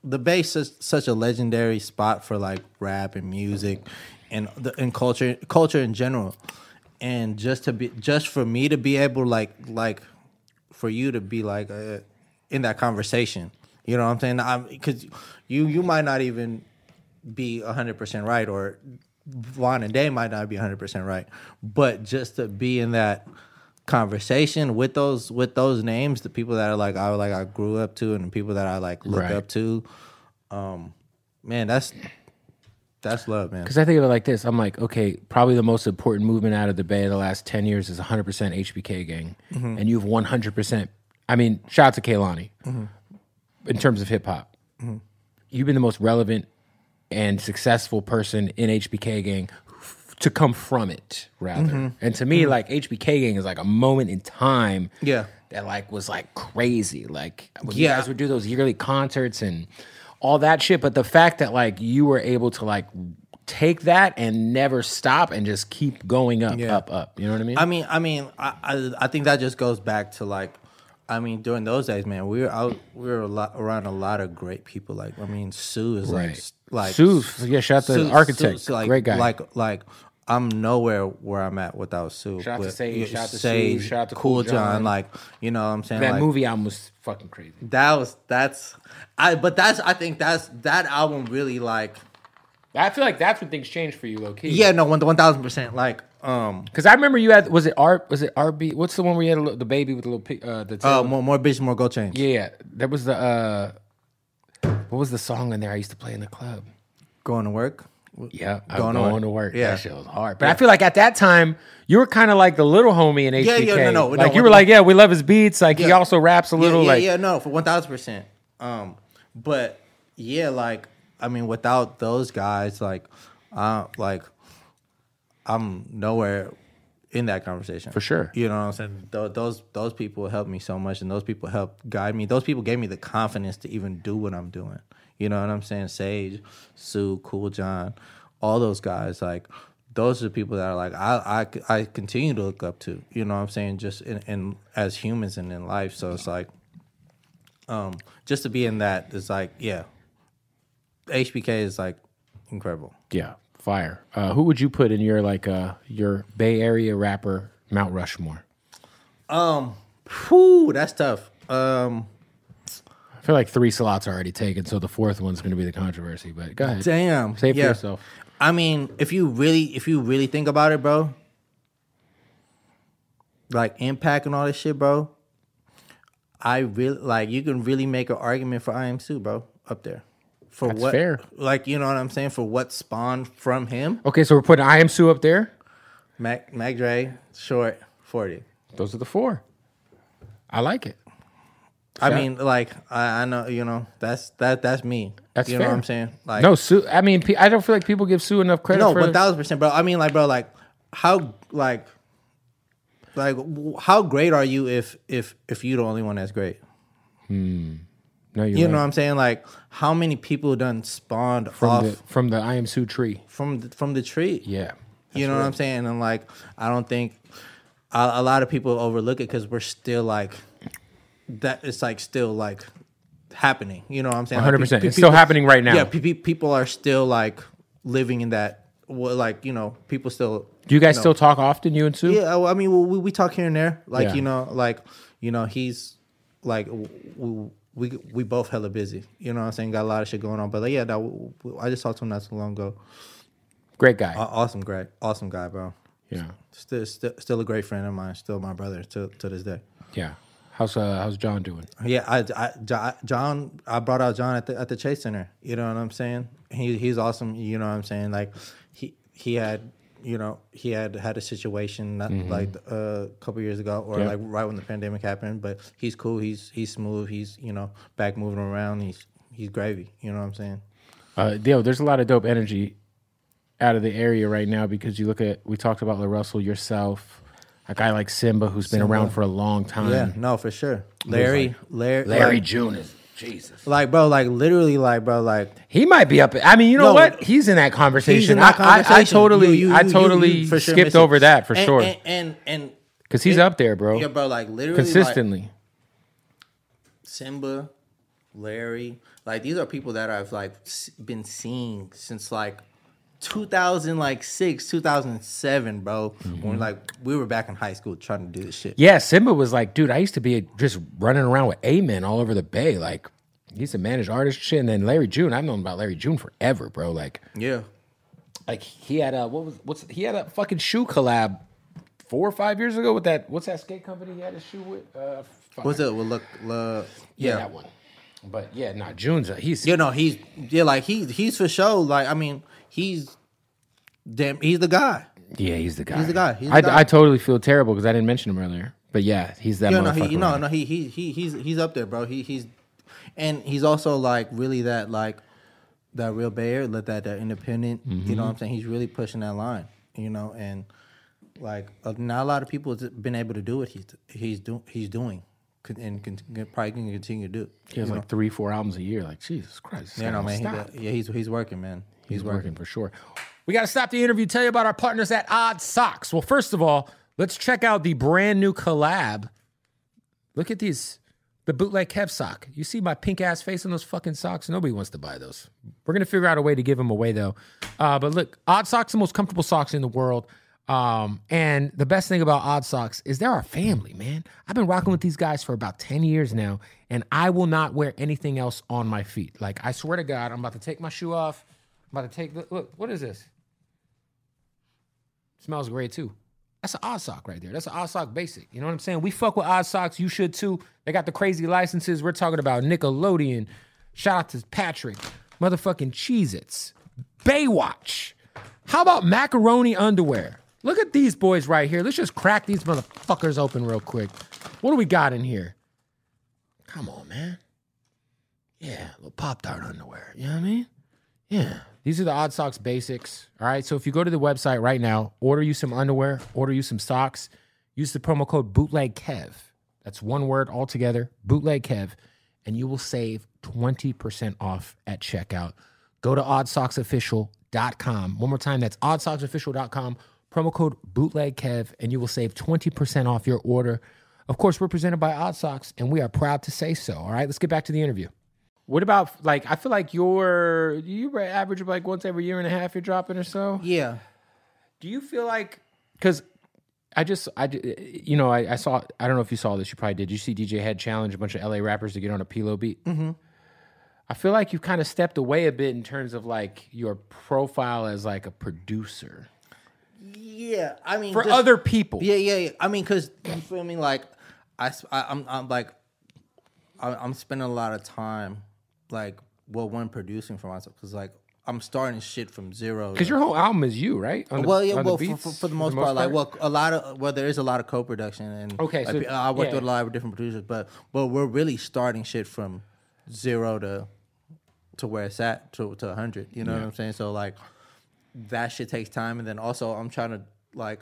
Speaker 4: the base is such a legendary spot for like rap and music and the and culture culture in general. And just to be just for me to be able like like for you to be like uh, in that conversation. You know what I'm saying? I'm cuz you you might not even be 100% right or Vaughn and Day might not be 100% right, but just to be in that conversation with those with those names, the people that are like I like I grew up to and the people that I like look
Speaker 3: Right.
Speaker 4: up to, um man, that's that's love, man.
Speaker 3: Because I think of it like this, I'm like, okay, probably the most important movement out of the Bay of the last ten years is 100% HBK gang,
Speaker 4: Mm-hmm.
Speaker 3: and you've 100%. I mean, shout out to Kaylani
Speaker 4: Mm-hmm.
Speaker 3: in terms of hip hop. You've been the most relevant and successful person in HBK gang f- to come from it, rather.
Speaker 4: Mm-hmm.
Speaker 3: And to me, like HBK gang is like a moment in time.
Speaker 4: Yeah.
Speaker 3: That like was like crazy. Like when you
Speaker 4: Yeah.
Speaker 3: guys would do those yearly concerts and all that shit. But the fact that like you were able to like take that and never stop and just keep going up,
Speaker 4: Yeah.
Speaker 3: up, up. You know what I mean?
Speaker 4: I mean, I mean, I, I I think that just goes back to like, I mean, during those days, man, we were out, we were a lot, around a lot of great people. Like, I mean, Sue is like,
Speaker 3: Right.
Speaker 4: s- like
Speaker 3: Sue, yeah, shout out to the architect.
Speaker 4: Sue's like,
Speaker 3: Great guy.
Speaker 4: Like, like. I'm nowhere where I'm at without Sue.
Speaker 3: Shout out to
Speaker 4: But-
Speaker 3: Sage,
Speaker 4: yeah,
Speaker 3: shout out to Sue,
Speaker 4: Sage,
Speaker 3: shout out to Cool John.
Speaker 4: Like, you know what I'm saying?
Speaker 3: that
Speaker 4: like,
Speaker 3: movie album was fucking crazy.
Speaker 4: That was, that's, I, but that's, I think that's, that album really like,
Speaker 3: I feel like that's when things changed for you, low key.
Speaker 4: yeah, no, 1000%. Like, um,
Speaker 3: Because I remember you had was it R was it RB? What's the one where you had a little, the baby with the little pi- uh, the tail?
Speaker 4: uh, more, more bitch, more go change.
Speaker 3: yeah, yeah. That was the uh, what was the song in there I used to play in the club?
Speaker 4: Going to work.
Speaker 3: Yeah, I'm
Speaker 4: Going
Speaker 3: going,
Speaker 4: to work.
Speaker 3: to work.
Speaker 4: Yeah.
Speaker 3: That shit was hard. But I feel like at that time you were kind of like the little homie in HBK.
Speaker 4: Yeah, yeah, no, no,
Speaker 3: Like
Speaker 4: no,
Speaker 3: you were
Speaker 4: no.
Speaker 3: like, yeah, we love his beats. Like he
Speaker 4: Yeah.
Speaker 3: also raps a little.
Speaker 4: yeah, yeah,
Speaker 3: like
Speaker 4: yeah, no, for one thousand percent. Um, but yeah, like I mean, without those guys, like, uh, like I'm nowhere in that conversation
Speaker 3: For sure.
Speaker 4: You know what I'm saying? Tho- those those people helped me so much, and those people helped guide me. Those people gave me the confidence to even do what I'm doing. You know what I'm saying? Sage, Sue, Cool John, all those guys, like. Those are the people that are like I, I, I continue to look up to. You know what I'm saying? Just in, in as humans and in life. So it's like um, just to be in that is like yeah hbk is like incredible
Speaker 3: Yeah, fire. Uh, who would you put in your like uh, your Bay Area rapper Mount Rushmore?
Speaker 4: Whew, that's tough um
Speaker 3: I feel like three slots already taken, so the fourth one's going to be the controversy. But go ahead,
Speaker 4: damn
Speaker 3: save
Speaker 4: yeah.
Speaker 3: for yourself.
Speaker 4: i mean if you really if you really think about it bro like impact and all this shit bro i really like you can really make an argument for i am sue bro up there for
Speaker 3: That's
Speaker 4: what
Speaker 3: fair.
Speaker 4: like you know what i'm saying for what spawned from him
Speaker 3: Okay, so we're putting I Am Sue up there.
Speaker 4: mac mac dre short 40
Speaker 3: Those are the four. I like it.
Speaker 4: I mean, like I, I know you know that's that that's me.
Speaker 3: That's
Speaker 4: you know
Speaker 3: fair.
Speaker 4: what I'm saying. Like
Speaker 3: no, Sue. I mean, pe- I don't feel like people give Sue enough credit.
Speaker 4: no,
Speaker 3: for
Speaker 4: one thousand percent, bro. I mean, like, bro, like how like like w- how great are you if if if you're the only one that's great?
Speaker 3: No, you're
Speaker 4: You
Speaker 3: right.
Speaker 4: know what I'm saying? Like how many people done spawned off
Speaker 3: from the, from the I Am Sue tree.
Speaker 4: from the, from the tree?
Speaker 3: Yeah,
Speaker 4: you know what I'm saying? And like, I don't think a, a lot of people overlook it because we're still like that. It's like still like happening. You know what I'm saying? Like,
Speaker 3: 100%.
Speaker 4: pe-
Speaker 3: It's still
Speaker 4: people-
Speaker 3: happening right now.
Speaker 4: Yeah, pe- pe- people are still like living in that. Well, like you know, people still.
Speaker 3: Do you guys still talk often, you and Sue?
Speaker 4: Yeah, I I mean, we, we talk here and there. Like
Speaker 3: Yeah.
Speaker 4: you know, like you know, he's like w- w- we we both hella busy. You know what I'm saying? Got a lot of shit going on. But like, yeah, that, w- w- I just talked to him not so long ago.
Speaker 3: Great guy.
Speaker 4: Aw- Awesome, great, awesome guy, bro
Speaker 3: yeah,
Speaker 4: still, still, still a great friend of mine. Still my brother to to this day.
Speaker 3: yeah. How's uh, how's John doing?
Speaker 4: Yeah, I, I Jo- John, I brought out John at the at the Chase Center. You know what I'm saying? He he's awesome. You know what I'm saying? Like he he had you know he had had a situation not like uh, a couple years ago or
Speaker 3: Mm-hmm. Yeah.
Speaker 4: like right when the pandemic happened. But he's cool. He's he's smooth. He's you know back moving around. He's he's gravy. You know what I'm saying?
Speaker 3: Uh, yo, there's a lot of dope energy out of the area right now because you look at we talked about La Russell yourself. a guy like Simba who's been around for a long time.
Speaker 4: Yeah, no, for sure. Larry, Larry,
Speaker 3: Larry
Speaker 4: like,
Speaker 3: June is Jesus.
Speaker 4: like, bro, like literally, like, bro, like,
Speaker 3: He might be up. I mean, you know
Speaker 4: No,
Speaker 3: what? He's in that conversation.
Speaker 4: he's in that
Speaker 3: I, I, I
Speaker 4: conversation.
Speaker 3: totally,
Speaker 4: You- you-
Speaker 3: I
Speaker 4: you- you-
Speaker 3: totally
Speaker 4: you for sure
Speaker 3: skipped
Speaker 4: missing.
Speaker 3: over that for
Speaker 4: And-
Speaker 3: sure.
Speaker 4: And and and
Speaker 3: Because he's
Speaker 4: and-
Speaker 3: up there, bro.
Speaker 4: yeah, bro, like literally, like,
Speaker 3: Consistently.
Speaker 4: Simba, Larry, like these are people that I've like s- been seeing since like 2000, like six, 2007, bro.
Speaker 3: Mm-hmm.
Speaker 4: When like we were back in high school trying to do this shit.
Speaker 3: yeah, Simba was like, dude, I used to be just running around with A-men all over the bay. Like, he used to manage artist shit. And then Larry June, I've known about Larry June forever, bro. Like,
Speaker 4: Yeah,
Speaker 3: like he had a what was what's he had a fucking shoe collab four or five years ago with that what's that skate company he had a shoe with? Uh, fuck,
Speaker 4: what's up? Well, look, look yeah,
Speaker 3: that one. But yeah, not nah, June's. A, he's
Speaker 4: you know he's yeah, like he's he's for sure. Like I mean, he's damn, he's the guy.
Speaker 3: yeah, he's the guy.
Speaker 4: the guy. He's the
Speaker 3: I,
Speaker 4: guy.
Speaker 3: I totally feel terrible because I didn't mention him earlier. But yeah, he's that
Speaker 4: Yeah, no,
Speaker 3: motherfucker.
Speaker 4: he, no,
Speaker 3: right
Speaker 4: no, he, he, he, he's, he's up there, bro. He, he's, and he's also like really that like, that real bear, let that that independent.
Speaker 3: Mm-hmm.
Speaker 4: You know what I'm saying? He's really pushing that line. You know, and like uh, not a lot of people has been able to do what he's he's doing he's doing, con- and can, can- probably can continue to do.
Speaker 3: He has like three, four albums a year. Like Jesus Christ,
Speaker 4: You know, man. He,
Speaker 3: stop.
Speaker 4: got- yeah, he's he's working, man.
Speaker 3: He's working for sure. We got to stop the interview, tell you about our partners at Odd Socks. Well, first of all, let's check out the brand new collab. Look at these the bootleg Kev sock. You see my pink ass face on those fucking socks? Nobody wants to buy those. We're going to figure out a way to give them away, though. Uh, but look, Odd Socks, the most comfortable socks in the world. Um, and the best thing about Odd Socks is they're our family, man. I've been rocking with these guys for about 10 years now, and I will not wear anything else on my feet. Like, I swear to God, I'm about to take my shoe off. I'm about to take look, look what is this? Smells great too. That's an odd sock right there. That's an odd sock basic. You know what I'm saying? We fuck with odd socks. You should too. They got the crazy licenses. We're talking about Nickelodeon. Shout out to Patrick. Motherfucking Cheez Its. Baywatch. How about macaroni underwear? Look at these boys right here. Let's just crack these motherfuckers open real quick. What do we got in here? Come on, man. Yeah, little Pop Tart underwear. You know what I mean? Yeah. These are the Odd Socks basics. All right. So if you go to the website right now, order you some underwear, order you some socks, use the promo code bootleg Kev. That's one word altogether, bootleg Kev, and you will save 20% off at checkout. Go to oddsocksofficial.com. One more time, that's oddsocksofficial.com, promo code bootleg Kev, and you will save 20% off your order. Of course, we're presented by Odd Socks, and we are proud to say so. All right, let's get back to the interview. What about like I feel like your you were average of like once every year and a half you're dropping or so.
Speaker 4: Yeah,
Speaker 3: Do you feel like because I just I d- you know I, I saw I don't know if you saw this you probably did you see DJ Head challenge a bunch of LA rappers to get on a Pilo beat. Mm-hmm. I feel like you've kind of stepped away a bit in terms of like your profile as like a producer
Speaker 4: yeah. I mean,
Speaker 3: for
Speaker 4: just-
Speaker 3: other people.
Speaker 4: Yeah, yeah, yeah. I mean, cause you feel me? Like, I, s- I am I'm like, I, I'm spending a lot of time, like, well, one producing for myself, cause like I'm starting shit from zero.
Speaker 3: Because your whole album is you, right? On the-
Speaker 4: well, yeah,
Speaker 3: on the
Speaker 4: well, for,
Speaker 3: beats,
Speaker 4: for, for the most part, like, well, a lot of well, there is a lot of co-production, and
Speaker 3: Okay,
Speaker 4: like,
Speaker 3: so-
Speaker 4: I worked
Speaker 3: yeah.
Speaker 4: with a lot of different producers, but but we're really starting shit from zero to to where it's at to to hundred. You know what I'm saying? So like that shit takes time, and then also I'm trying to like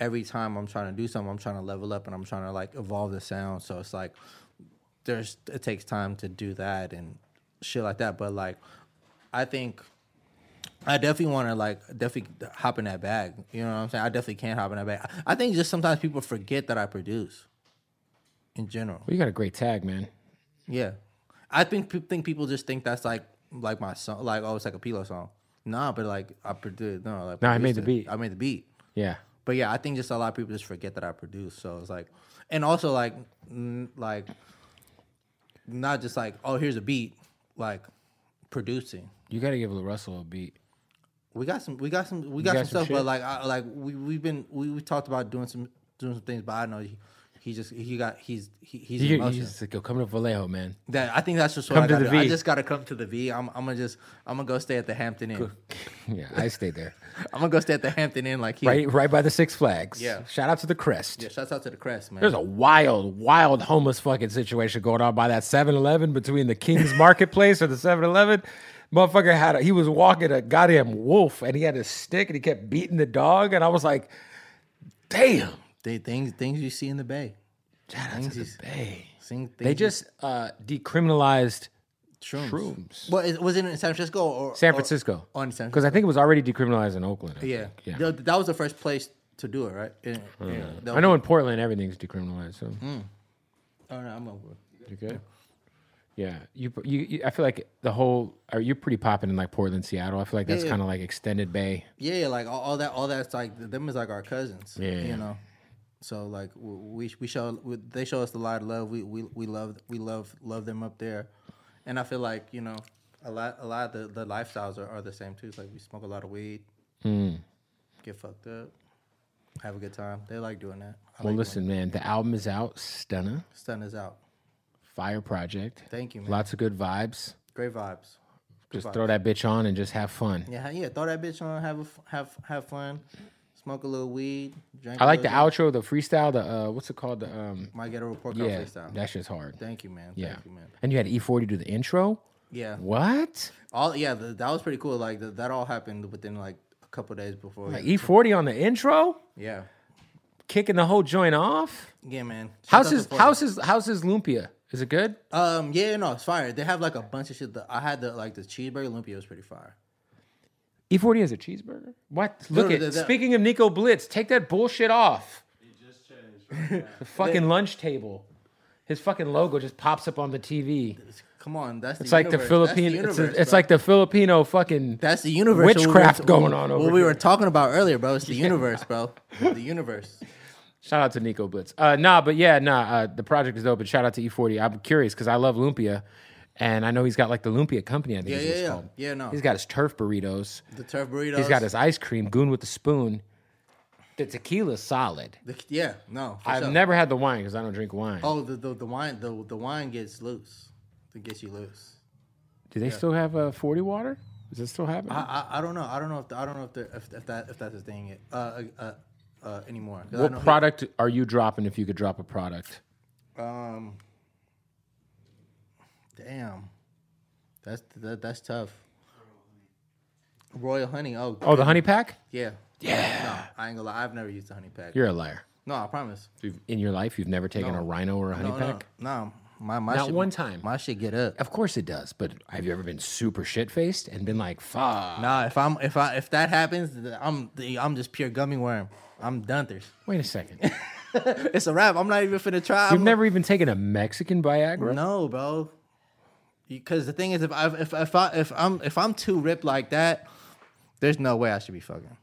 Speaker 4: every time I'm trying to do something, I'm trying to level up, and I'm trying to like evolve the sound. So it's like there's it takes time to do that and shit like that. But like I think I definitely want to like definitely hop in that bag. You know what I'm saying? I definitely can hop in that bag. I think just sometimes people forget that I produce in general.
Speaker 3: you got a great tag, man.
Speaker 4: Yeah, I think pe- think people just think that's like like my song, like oh it's like a Pilo song. Nah, but like I produced. No, like
Speaker 3: No, I made the beat.
Speaker 4: I made the beat.
Speaker 3: Yeah,
Speaker 4: But yeah, I think just a lot of people just forget that I produce. So it's like, and also like, n- like, not just like oh here's a beat, like producing.
Speaker 3: you got to give Russell a beat.
Speaker 4: We got some. We got some. We got
Speaker 3: got
Speaker 4: some
Speaker 3: some
Speaker 4: stuff.
Speaker 3: shit?
Speaker 4: But like, I, like we we've been we, we talked about doing some doing some things. But I know he, he just he got he's he, he's
Speaker 3: You,
Speaker 4: emotional.
Speaker 3: he's like, yo, come to Vallejo, man.
Speaker 4: That I think that's just what
Speaker 3: Come
Speaker 4: I
Speaker 3: to
Speaker 4: gotta
Speaker 3: the
Speaker 4: do. I
Speaker 3: V.
Speaker 4: just gotta come to the V. I'm I'm gonna just I'm gonna go stay at the Hampton Inn.
Speaker 3: Yeah, I stayed there.
Speaker 4: I'm gonna go stay at the Hampton Inn like he.
Speaker 3: right right by the Six Flags.
Speaker 4: Yeah.
Speaker 3: Shout out to the Crest.
Speaker 4: Yeah, shouts out to the Crest man.
Speaker 3: There's a wild, wild homeless fucking situation going on by that 7 Eleven between the King's Marketplace or the 7 Eleven. Motherfucker had a, he was walking a goddamn wolf and he had a stick and he kept beating the dog. And I was like, damn,
Speaker 4: They, things things you see in the Bay.
Speaker 3: Shout out to the Bay.
Speaker 4: Sing, things
Speaker 3: They just uh, decriminalized
Speaker 4: shrooms.
Speaker 3: shrooms.
Speaker 4: Well, is- was it in San Francisco or
Speaker 3: San
Speaker 4: or-
Speaker 3: Francisco.
Speaker 4: Oh, in San
Speaker 3: Because I think it was already decriminalized in Oakland. I
Speaker 4: yeah,
Speaker 3: think.
Speaker 4: yeah.
Speaker 3: Yeah. Hmm.
Speaker 4: That was the first place to do it, right? Yeah, yeah. That
Speaker 3: I know
Speaker 4: was-
Speaker 3: in Portland everything's decriminalized. So
Speaker 4: Oh, no, I'm over.
Speaker 3: you good? Yeah, you, you, you. I feel like the whole. Are you pretty popping in like Portland, Seattle? I feel like that's
Speaker 4: Yeah.
Speaker 3: kind of like extended Bay.
Speaker 4: Yeah, yeah, like all, all that, all that's like them is like our cousins.
Speaker 3: Yeah.
Speaker 4: you know. So like we we show we, they show us a lot of love. We we we love we love love them up there, and I feel like you know a lot a lot of the, the lifestyles are, are the same too. It's like we smoke a lot of weed,
Speaker 3: Hmm.
Speaker 4: get fucked up, have a good time. They like doing that. I
Speaker 3: Well,
Speaker 4: like
Speaker 3: listen, man. The album is out. Stunner.
Speaker 4: stun us out.
Speaker 3: Fire project.
Speaker 4: Thank you, man.
Speaker 3: Lots of good vibes.
Speaker 4: Great vibes.
Speaker 3: Just throw that bitch on and just have fun.
Speaker 4: Yeah, yeah. Throw that bitch on. Have a f have have fun. Smoke a little weed. Drink.
Speaker 3: I
Speaker 4: a
Speaker 3: like the
Speaker 4: little
Speaker 3: outro, the freestyle, the uh, what's it called? The um,
Speaker 4: drink. Might get a report card
Speaker 3: yeah,
Speaker 4: freestyle.
Speaker 3: that's just hard.
Speaker 4: Thank you, man.
Speaker 3: yeah,
Speaker 4: Thank you, man.
Speaker 3: and you had E40 do the intro.
Speaker 4: Yeah.
Speaker 3: What?
Speaker 4: All yeah, th that was pretty cool. Like th that all happened within like a couple days before.
Speaker 3: Like, E40 E on the intro,
Speaker 4: yeah,
Speaker 3: kicking the whole joint off.
Speaker 4: yeah, man. Shout out
Speaker 3: How's
Speaker 4: to
Speaker 3: his
Speaker 4: Portland.
Speaker 3: how's his how's his lumpia? Is it good?
Speaker 4: Um, yeah, no, it's fire. They have like a bunch of shit. That I had the like the cheeseburger lumpia was pretty fire.
Speaker 3: E40 E has a cheeseburger. What? Look
Speaker 4: no,
Speaker 3: at.
Speaker 4: no, that-
Speaker 3: Speaking of Nico Blitz, take that bullshit off. the fucking lunch table. His fucking logo just pops up on the TV.
Speaker 4: It's- come on, that's the
Speaker 3: It's like the
Speaker 4: universe. That's
Speaker 3: Philippine. it's a-
Speaker 4: universe,
Speaker 3: it's
Speaker 4: bro.
Speaker 3: like the Filipino fucking.
Speaker 4: that's the universe. what we were-
Speaker 3: witchcraft going on over
Speaker 4: What we
Speaker 3: here.
Speaker 4: were talking about earlier, bro. It's the universe, bro. The universe.
Speaker 3: Shout out to Nico Blitz. Uh, nah, but yeah, nah, uh, the project is dope. But shout out to E40. I'm curious because I love Lumpia, and I know he's got like the Lumpia Company. I think
Speaker 4: Yeah,
Speaker 3: is what
Speaker 4: yeah,
Speaker 3: it's
Speaker 4: yeah.
Speaker 3: called.
Speaker 4: Yeah, no.
Speaker 3: He's got his turf burritos.
Speaker 4: The turf burritos.
Speaker 3: He's got his ice cream. Goon with the spoon. The tequila's solid.
Speaker 4: The, yeah, no. for
Speaker 3: I've
Speaker 4: sure.
Speaker 3: never had the wine because I don't drink wine.
Speaker 4: Oh, the, the the wine the the wine gets loose. It gets you loose.
Speaker 3: Do they still have uh, 40 water? Is that still happening?
Speaker 4: I, I I don't know. I don't know if the, I don't know if, the, if if that if that's a thing yet, uh, uh, uh, anymore. 'Cause I
Speaker 3: what
Speaker 4: know-
Speaker 3: product are you dropping if you could drop a product?
Speaker 4: Um, damn, that's that, that's tough. Royal honey. Oh,
Speaker 3: Oh, the honey pack?
Speaker 4: yeah. Yeah. No, I ain't gonna lie. I've never used a honey pack.
Speaker 3: You're a liar.
Speaker 4: no, I promise.
Speaker 3: You've- In your life, you've never taken a rhino or a honey
Speaker 4: No, no,
Speaker 3: pack?
Speaker 4: no. My my
Speaker 3: Not
Speaker 4: shit-
Speaker 3: one time.
Speaker 4: My shit get up.
Speaker 3: Of course it does. But have you ever been super shit faced and been like, fuck?
Speaker 4: Nah, if I'm if I if that happens, th- I'm the, I'm just pure gummy worm. I'm Dunthers.
Speaker 3: Wait a second.
Speaker 4: It's a wrap. I'm not even finna try.
Speaker 3: You've
Speaker 4: I'm-
Speaker 3: never even taken a Mexican Viagra?
Speaker 4: No, bro. Because the thing is, if I if if I if I'm if I'm too ripped like that, there's no way I should be fucking.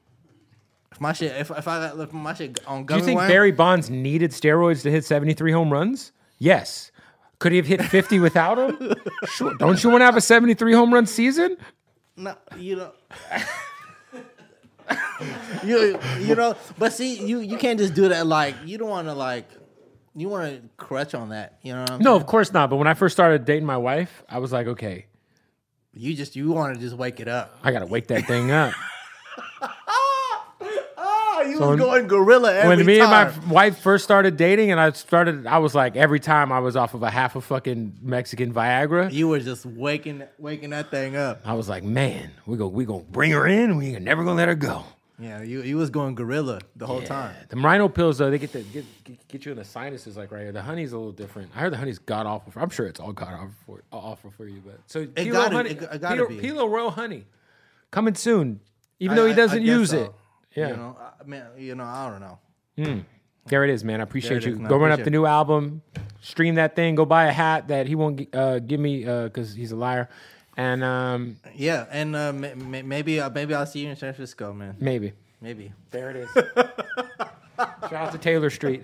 Speaker 4: If my shit, if if I if my shit on
Speaker 3: Do
Speaker 4: gummy
Speaker 3: you think
Speaker 4: worm,
Speaker 3: Barry Bonds needed steroids to hit 73 home runs? Yes. Could he have hit 50 without them? Sure. Don't you want to have a 73 home run season?
Speaker 4: no, you know. you you know, but see, you you can't just do that. Like you don't want to like, you want to crutch on that. You know, what I'm
Speaker 3: No, of course not. But when I first started dating my wife, I was like, okay,
Speaker 4: you just you want to just wake it up.
Speaker 3: I got to wake that thing up.
Speaker 4: Oh, Ah! you
Speaker 3: when-
Speaker 4: was going gorilla every
Speaker 3: when me
Speaker 4: time.
Speaker 3: and my wife first started dating and I started, I was like, every time I was off of a half a fucking Mexican Viagra,
Speaker 4: you were just waking waking that thing up.
Speaker 3: I was like, man, we go, we gonna bring her in. We ain't never gonna let her go.
Speaker 4: Yeah, you you was going gorilla the whole time.
Speaker 3: The rhino pills though, they get the get, get- get you in the sinuses like right here. The honey's a little different. I heard the honey's god awful. For, I'm sure it's all god awful for, awful for you, but so it
Speaker 4: gotta- it g- it gotta be.
Speaker 3: Pilo Royal Honey coming soon, even though
Speaker 4: I-
Speaker 3: he
Speaker 4: I-
Speaker 3: doesn't
Speaker 4: I guess
Speaker 3: use
Speaker 4: so.
Speaker 3: it. Yeah,
Speaker 4: You know, I, man, you know, I don't know.
Speaker 3: there it is, man. I appreciate
Speaker 4: it
Speaker 3: you.
Speaker 4: is, man.
Speaker 3: Go run up
Speaker 4: Appreciate
Speaker 3: the new album, stream that thing. Go buy a hat that he won't gi- uh, give me because he's a liar. And um,
Speaker 4: Yeah, and uh, may, may, maybe uh, maybe I'll see you in San Francisco, man.
Speaker 3: maybe
Speaker 4: Maybe.
Speaker 3: there it is. Shout out to Taylor Street.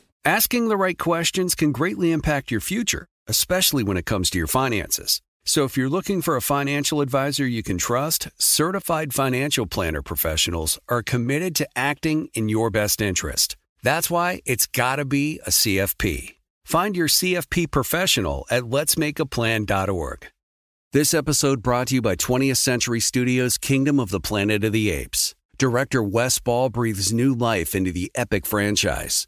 Speaker 5: Asking the right questions can greatly impact your future, especially when it comes to your finances. So if you're looking for a financial advisor you can trust, certified financial planner professionals are committed to acting in your best interest. That's why it's got to be a CFP. Find your CFP professional at letsmakeaplan.org. This episode brought to you by 20th Century Studios' Kingdom of the Planet of the Apes. Director Wes Ball breathes new life into the epic franchise